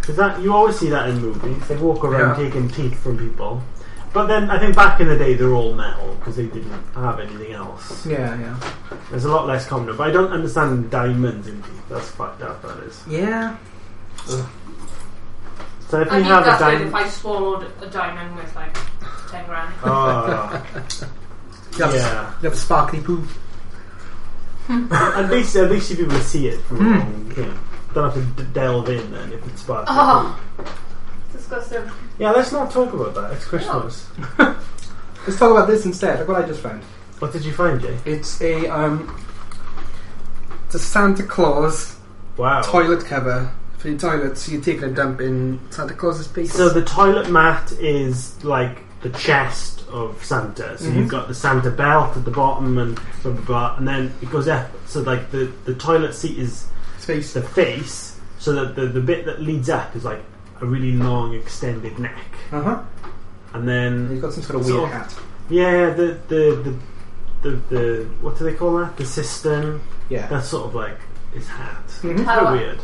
Speaker 3: Because that you always see that in movies. They walk around
Speaker 2: Yeah.
Speaker 3: taking teeth from people. But then I think back in the day they're all metal because they didn't have anything else.
Speaker 2: Yeah, yeah.
Speaker 3: There's a lot less common, but I don't understand diamonds in teeth. That's fucked up. That is.
Speaker 2: Yeah.
Speaker 3: So if
Speaker 1: I mean,
Speaker 3: you have a
Speaker 1: that's like if
Speaker 3: diamond,
Speaker 1: I swallowed a diamond with like 10 grand.
Speaker 2: [laughs]
Speaker 3: oh,
Speaker 2: You have,
Speaker 3: yeah.
Speaker 2: You have sparkly poo.
Speaker 3: At least, at least you'd be able to see it. From
Speaker 2: Hmm.
Speaker 3: along, you know. Don't have to d- delve in then if it's sparkly.
Speaker 1: Oh, disgusting.
Speaker 3: Yeah, let's not talk about that. It's Christmas.
Speaker 2: Let's talk about this instead. Look what I just found.
Speaker 3: What did you find, Jay?
Speaker 2: It's a um, it's a Santa Claus
Speaker 3: Wow.
Speaker 2: toilet cover for your toilet, so you're taking a dump in Santa Claus's piece.
Speaker 3: So the toilet mat is like the chest of Santa. So
Speaker 2: Mhm.
Speaker 3: you've got the Santa belt at the bottom and blah blah blah, and then it goes up. So like the the toilet seat is
Speaker 2: space.
Speaker 3: the face, so that the the bit that leads up is like a really long extended neck,
Speaker 2: Uh huh. And
Speaker 3: and then
Speaker 2: you've got some sort of
Speaker 3: So-
Speaker 2: weird hat.
Speaker 3: yeah, the the the the, the what do they call that? The cistern.
Speaker 2: Yeah.
Speaker 3: That's sort of like his hat.
Speaker 2: Mhm.
Speaker 3: It's
Speaker 1: Tower.
Speaker 3: very weird.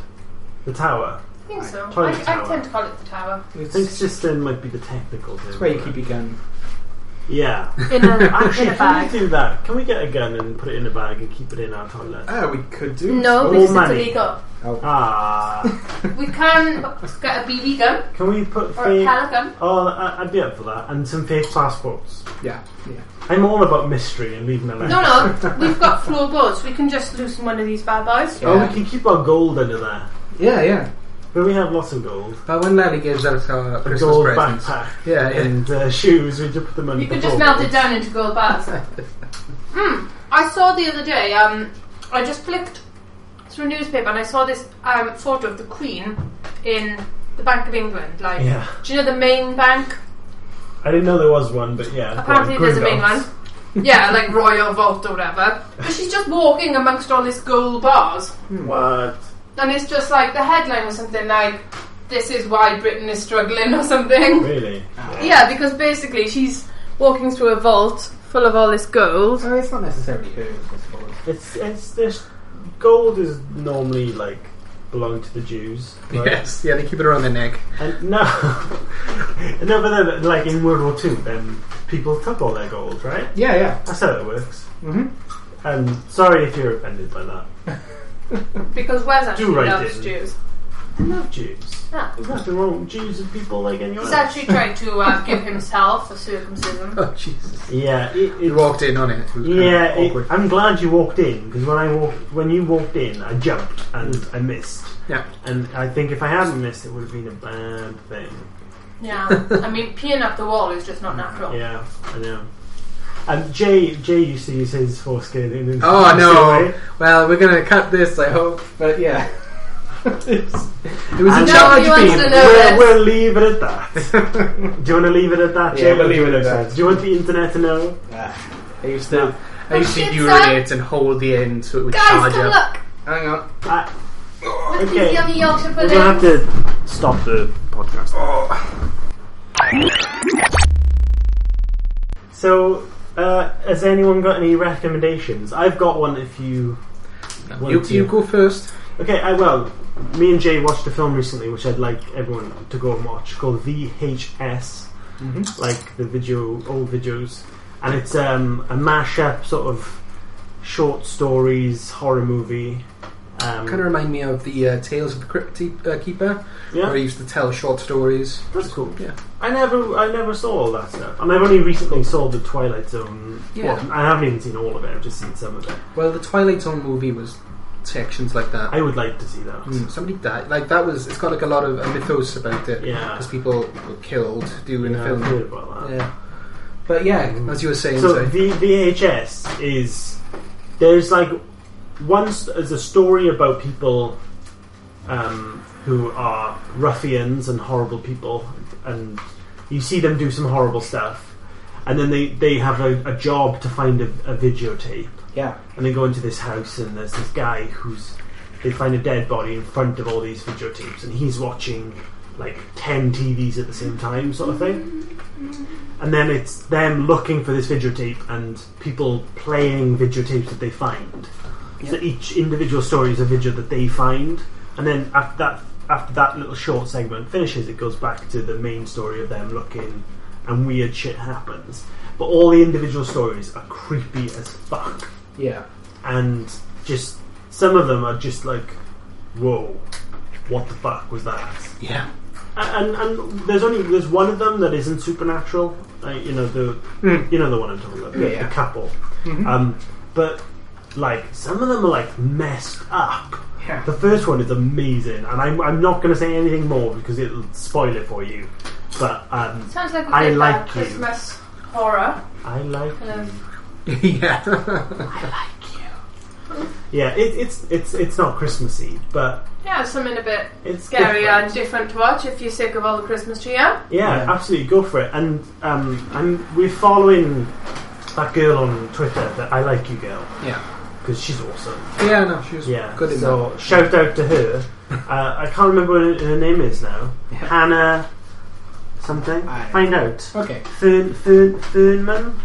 Speaker 3: The tower.
Speaker 1: I think so. I,
Speaker 3: Toilet
Speaker 1: I
Speaker 3: tower.
Speaker 1: tend to call it the tower.
Speaker 3: I
Speaker 2: It's,
Speaker 3: think cistern might be the technical term.
Speaker 2: it's where you
Speaker 3: for it.
Speaker 2: keep your gun.
Speaker 3: Yeah.
Speaker 1: In a,
Speaker 3: Actually,
Speaker 1: in a
Speaker 3: [laughs] can we
Speaker 1: bag.
Speaker 3: do that? Can we get a gun and put it in a bag and keep it in our toilet?
Speaker 2: Ah, we could do.
Speaker 1: No,
Speaker 3: All
Speaker 1: because it's
Speaker 3: Oh, money.
Speaker 1: illegal.
Speaker 2: Oh.
Speaker 3: Ah,
Speaker 1: We can get a BB gun
Speaker 3: can we put
Speaker 1: or a
Speaker 3: fake?
Speaker 1: pellet gun.
Speaker 3: Oh, I- I'd be up for that, and some fake passports.
Speaker 2: Yeah. Yeah.
Speaker 3: I'm all about mystery and leaving a
Speaker 1: No, no, we've got floorboards. We can just loosen one of these bad boys.
Speaker 2: Yeah.
Speaker 3: Oh, we can keep our gold under there.
Speaker 2: Yeah. Yeah.
Speaker 3: But we have lots of gold.
Speaker 2: But when Lally gives us our
Speaker 3: A
Speaker 2: Christmas
Speaker 3: gold
Speaker 2: presents,
Speaker 3: backpack
Speaker 2: yeah, yeah.
Speaker 3: and uh, shoes. We just put them under.
Speaker 1: You
Speaker 3: the
Speaker 1: could just melt it
Speaker 3: floorboards.
Speaker 1: down into gold bars. Hmm. I saw the other day. Um, I just flicked through newspaper and I saw this um, photo of the Queen in the Bank of England. Like,
Speaker 3: Yeah.
Speaker 1: do you know the main bank?
Speaker 3: I didn't know there was one, but yeah.
Speaker 1: Apparently,
Speaker 3: like
Speaker 1: there's a main one.
Speaker 3: Gringotts.
Speaker 1: yeah, like Royal Vault or whatever. But she's just walking amongst all this gold bars,
Speaker 2: Hmm.
Speaker 3: What?
Speaker 1: and it's just like the headline was something like, "This is why Britain is struggling" or something.
Speaker 3: Really?
Speaker 1: Yeah, because basically she's walking through a vault full of all this gold.
Speaker 2: So Oh, it's not necessarily her, I suppose.
Speaker 3: It's it's this gold is normally like belonged to the Jews. Right?
Speaker 2: Yes, yeah, they keep it around their neck.
Speaker 3: And no, [laughs] no, but then, like in World War Two, then people took all their gold, right?
Speaker 2: Yeah, yeah.
Speaker 3: That's how it works.
Speaker 2: hmm
Speaker 3: And sorry if you're offended by that.
Speaker 1: Because Wes actually
Speaker 3: right
Speaker 1: loves
Speaker 3: in.
Speaker 1: Jews.
Speaker 3: I love Jews.
Speaker 1: Ah.
Speaker 3: There's nothing wrong with Jews and people like anyone
Speaker 1: He's
Speaker 3: else.
Speaker 1: actually tried to uh, give himself a circumcision.
Speaker 2: Oh, Jesus.
Speaker 3: Yeah, it,
Speaker 2: He
Speaker 3: it,
Speaker 2: walked in on it. It was kind of
Speaker 3: yeah.
Speaker 2: awkward.
Speaker 3: It, I'm glad you walked in because when I walked, when you walked in, I jumped and I missed.
Speaker 2: Yeah.
Speaker 3: And I think if I hadn't missed, it would have been a bad thing.
Speaker 1: Yeah, I mean, peeing up the wall is just not natural.
Speaker 3: Yeah, I know. And Jay, Jay used to use his foreskin in. his-
Speaker 2: Oh, no.
Speaker 3: way.
Speaker 2: Well, we're going to cut this, I hope. But yeah. [laughs] it was
Speaker 3: And
Speaker 2: a
Speaker 1: Nobody
Speaker 2: charge
Speaker 1: wants
Speaker 2: beam.
Speaker 1: to know
Speaker 3: We'll,
Speaker 1: this.
Speaker 3: we'll leave it at that.
Speaker 2: [laughs]
Speaker 3: [laughs] Do you want to leave it at that,
Speaker 2: Yeah,
Speaker 3: Jay?
Speaker 2: we'll leave it at that.
Speaker 3: Do you want the internet to know?
Speaker 2: I used to, I used to
Speaker 1: Shit, son.
Speaker 2: urinate and hold the end so it would
Speaker 1: Guys,
Speaker 2: charge
Speaker 1: come
Speaker 2: up.
Speaker 1: look!
Speaker 2: Hang on.
Speaker 3: I,
Speaker 1: Look
Speaker 3: Okay.
Speaker 1: okay. yummy Yorkshire
Speaker 3: we're
Speaker 1: pudding.
Speaker 3: gonna have to stop the podcast. So, uh, has anyone got any recommendations? I've got one. If you want
Speaker 2: You,
Speaker 3: to,
Speaker 2: you go first.
Speaker 3: okay, I will. Me and Jay watched a film recently, which I'd like everyone to go and watch, called VHS.
Speaker 2: Mm-hmm.
Speaker 3: like the video, old videos, and it's um, a mashup sort of short stories horror movie. Um,
Speaker 2: Kind of remind me of the uh, Tales of the Crypt uh, Keeper,
Speaker 3: yeah,
Speaker 2: where he used to tell short stories.
Speaker 3: that's cool.
Speaker 2: Yeah.
Speaker 3: I never, I never saw all that stuff, and I've only recently saw the Twilight Zone.
Speaker 2: Yeah.
Speaker 3: Well, I haven't even seen all of it. I've just seen some of it.
Speaker 2: Well, the Twilight Zone movie was sections like that.
Speaker 3: I would like to see that.
Speaker 2: Mm, somebody died. Like that was. It's got like a lot of uh, mythos about it
Speaker 3: Yeah,
Speaker 2: because people were killed during
Speaker 3: Yeah,
Speaker 2: the
Speaker 3: I've
Speaker 2: film.
Speaker 3: heard about that.
Speaker 2: Yeah. But yeah,
Speaker 3: Mm.
Speaker 2: as you were saying,
Speaker 3: So
Speaker 2: so-
Speaker 3: the VHS is there's like once there's a story about people um, who are ruffians and horrible people, and you see them do some horrible stuff, and then they they have a, a job to find a, a videotape,
Speaker 2: yeah,
Speaker 3: and they go into this house and there's this guy who's they find a dead body in front of all these videotapes and he's watching like 10 TVs at the same time sort of thing and then it's them looking for this videotape and people playing videotapes that they find so
Speaker 2: Yeah.
Speaker 3: each individual story is a video that they find and then after that after that little short segment finishes it goes back to the main story of them looking and weird shit happens but all the individual stories are creepy as fuck
Speaker 2: yeah,
Speaker 3: and just some of them are just like, whoa, what the fuck was that?
Speaker 2: yeah.
Speaker 3: And, and, and there's only there's one of them that isn't supernatural. Like, you know the
Speaker 2: Mm.
Speaker 3: you know the one I'm talking about, the,
Speaker 2: Yeah, yeah.
Speaker 3: the couple.
Speaker 2: Mhm.
Speaker 3: Um, but like some of them are like messed up.
Speaker 2: Yeah.
Speaker 3: The first one is amazing, and I'm, I'm not going to say anything more because it'll spoil it for you. But um,
Speaker 1: Sounds like a
Speaker 3: I
Speaker 1: good, uh,
Speaker 3: like you.
Speaker 1: Christmas horror. Um,
Speaker 3: I like
Speaker 1: Kind of
Speaker 2: [laughs] yeah.
Speaker 3: yeah, it, it's it's it's not Christmassy, but
Speaker 1: Yeah, something a bit
Speaker 3: it's
Speaker 1: scary
Speaker 3: different.
Speaker 1: and different to watch if you're sick of all the Christmas tree yeah?
Speaker 3: Yeah,
Speaker 2: Yeah.
Speaker 3: absolutely, go for it. And um, and we're following that girl on Twitter that I like you girl
Speaker 2: yeah,
Speaker 3: because she's awesome.
Speaker 2: yeah. No, she was
Speaker 3: Yeah,
Speaker 2: good in
Speaker 3: so shout out to her. uh, I can't remember what her, her name is now.
Speaker 2: Yeah.
Speaker 3: Hannah something.
Speaker 2: I-
Speaker 3: Find out.
Speaker 2: that. Okay,
Speaker 3: Fern Fern Fernman.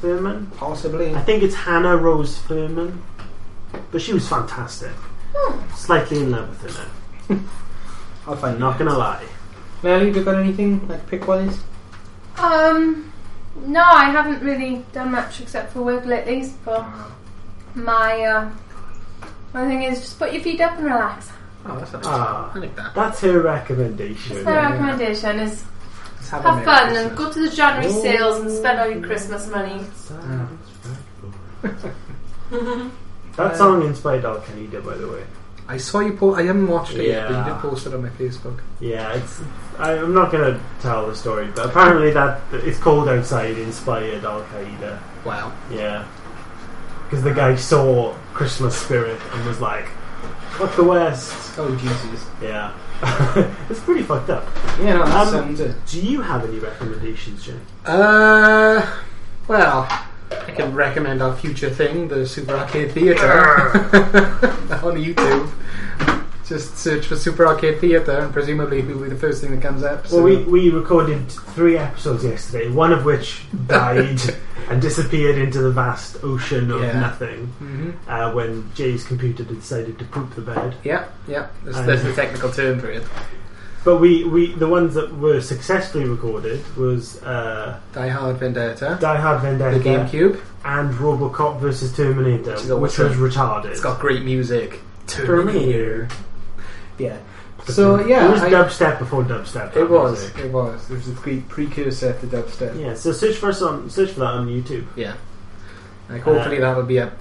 Speaker 3: Fernman.
Speaker 2: possibly.
Speaker 3: I think it's Hannah Rose Furman, but she was fantastic. Slightly in love with her now.
Speaker 2: I'll find.
Speaker 3: I'm not gonna lie.
Speaker 2: Lily, have you got anything like pick wise?
Speaker 1: Um, no, I haven't really done much except for work lately. But my uh, my thing is just put your feet up and relax.
Speaker 2: Oh, that's a nice.
Speaker 3: Ah.
Speaker 2: I like that.
Speaker 3: That's her
Speaker 1: That's
Speaker 3: recommendation.
Speaker 1: my
Speaker 2: Yeah.
Speaker 1: recommendation: is
Speaker 2: Let's have, a
Speaker 1: have
Speaker 2: Merry
Speaker 1: fun
Speaker 2: Christmas.
Speaker 1: and go to the January
Speaker 3: Oh.
Speaker 1: sales and spend all your Christmas money.
Speaker 3: That
Speaker 2: Uh,
Speaker 3: song inspired Al Qaeda, by the way.
Speaker 2: I saw you post. I haven't watched it yet, but you
Speaker 3: Yeah.
Speaker 2: did post it on my Facebook.
Speaker 3: Yeah, it's. I, I'm not going to tell the story, but apparently that it's cold outside inspired Al Qaeda.
Speaker 2: Wow.
Speaker 3: Yeah, because the guy saw Christmas spirit and was like, "Fuck the West."
Speaker 2: Oh Jesus.
Speaker 3: Yeah, [laughs] it's pretty fucked up.
Speaker 2: Yeah, no, that
Speaker 3: Um,
Speaker 2: sounds it.
Speaker 3: Do you have any recommendations, Jay?
Speaker 2: Uh, well, I can recommend our future thing, the Super Arcade Theatre, [laughs] on YouTube. Just search for Super Arcade Theatre, and presumably it will be the first thing that comes up. So.
Speaker 3: Well, we, we recorded three episodes yesterday, one
Speaker 2: [laughs]
Speaker 3: of which died and disappeared into the vast ocean of
Speaker 2: Yeah.
Speaker 3: nothing
Speaker 2: hmm
Speaker 3: uh, when Jay's computer decided to poop the bed.
Speaker 2: Yeah, yeah. That's,
Speaker 3: Um,
Speaker 2: that's the technical term for it.
Speaker 3: But we, we the ones that were successfully recorded was uh,
Speaker 2: Die Hard Vendetta,
Speaker 3: Die Hard Vendetta
Speaker 2: the GameCube.
Speaker 3: and RoboCop versus Terminator,
Speaker 2: Which
Speaker 3: which,
Speaker 2: is always
Speaker 3: was
Speaker 2: fun.
Speaker 3: retarded.
Speaker 2: It's got great music.
Speaker 3: Terminator.
Speaker 2: Yeah. So yeah,
Speaker 3: it was
Speaker 2: I-
Speaker 3: dubstep before dubstep.
Speaker 2: it was.
Speaker 3: music.
Speaker 2: It was. It was a great precursor to dubstep.
Speaker 3: Yeah, so search for us on search for that on YouTube.
Speaker 2: Yeah. Like, hopefully
Speaker 3: Uh,
Speaker 2: that'll be up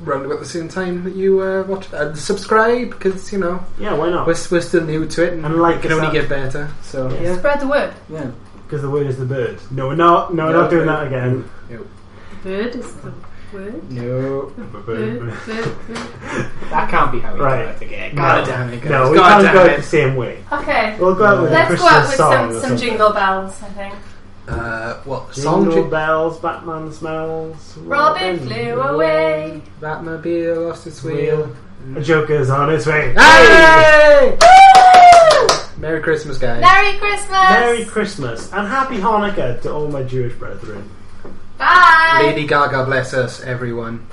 Speaker 2: round about the same time that you uh, watch. Uh, subscribe because you know
Speaker 3: Yeah, why not?
Speaker 2: we're, we're still new to it and,
Speaker 3: And like
Speaker 2: it can
Speaker 3: us
Speaker 2: only
Speaker 3: up.
Speaker 2: get better. So
Speaker 3: Yeah.
Speaker 2: yeah,
Speaker 1: Spread the word.
Speaker 2: yeah.
Speaker 3: Because the word is the bird. No, we're not. No, we're
Speaker 2: No,
Speaker 3: not doing
Speaker 2: no.
Speaker 3: that again.
Speaker 1: Bird is the word.
Speaker 2: No,
Speaker 1: Bird, bird, bird.
Speaker 2: that can't be how we
Speaker 3: Right.
Speaker 2: do it again. God
Speaker 3: no.
Speaker 2: damn it, guys.
Speaker 3: No, we
Speaker 2: God
Speaker 3: can't go
Speaker 2: damn
Speaker 3: it the
Speaker 2: it.
Speaker 3: same way.
Speaker 1: Okay.
Speaker 3: We'll go out with a
Speaker 1: Let's go
Speaker 3: Christmas
Speaker 1: out with
Speaker 3: song.
Speaker 1: some,
Speaker 3: or
Speaker 1: some
Speaker 3: something.
Speaker 1: jingle bells, I think.
Speaker 2: Uh, what song?
Speaker 3: Jingle
Speaker 2: Jing-
Speaker 3: bells, Batman smells.
Speaker 1: Robin flew away.
Speaker 2: Batmobile lost its
Speaker 3: Wheel.
Speaker 2: wheel.
Speaker 3: A Joker's on his way.
Speaker 2: Hey!
Speaker 1: Woo!
Speaker 2: Merry Christmas, guys.
Speaker 1: Merry Christmas!
Speaker 3: Merry Christmas and Happy Hanukkah to all my Jewish brethren.
Speaker 1: Bye!
Speaker 2: Lady Gaga, bless us, everyone.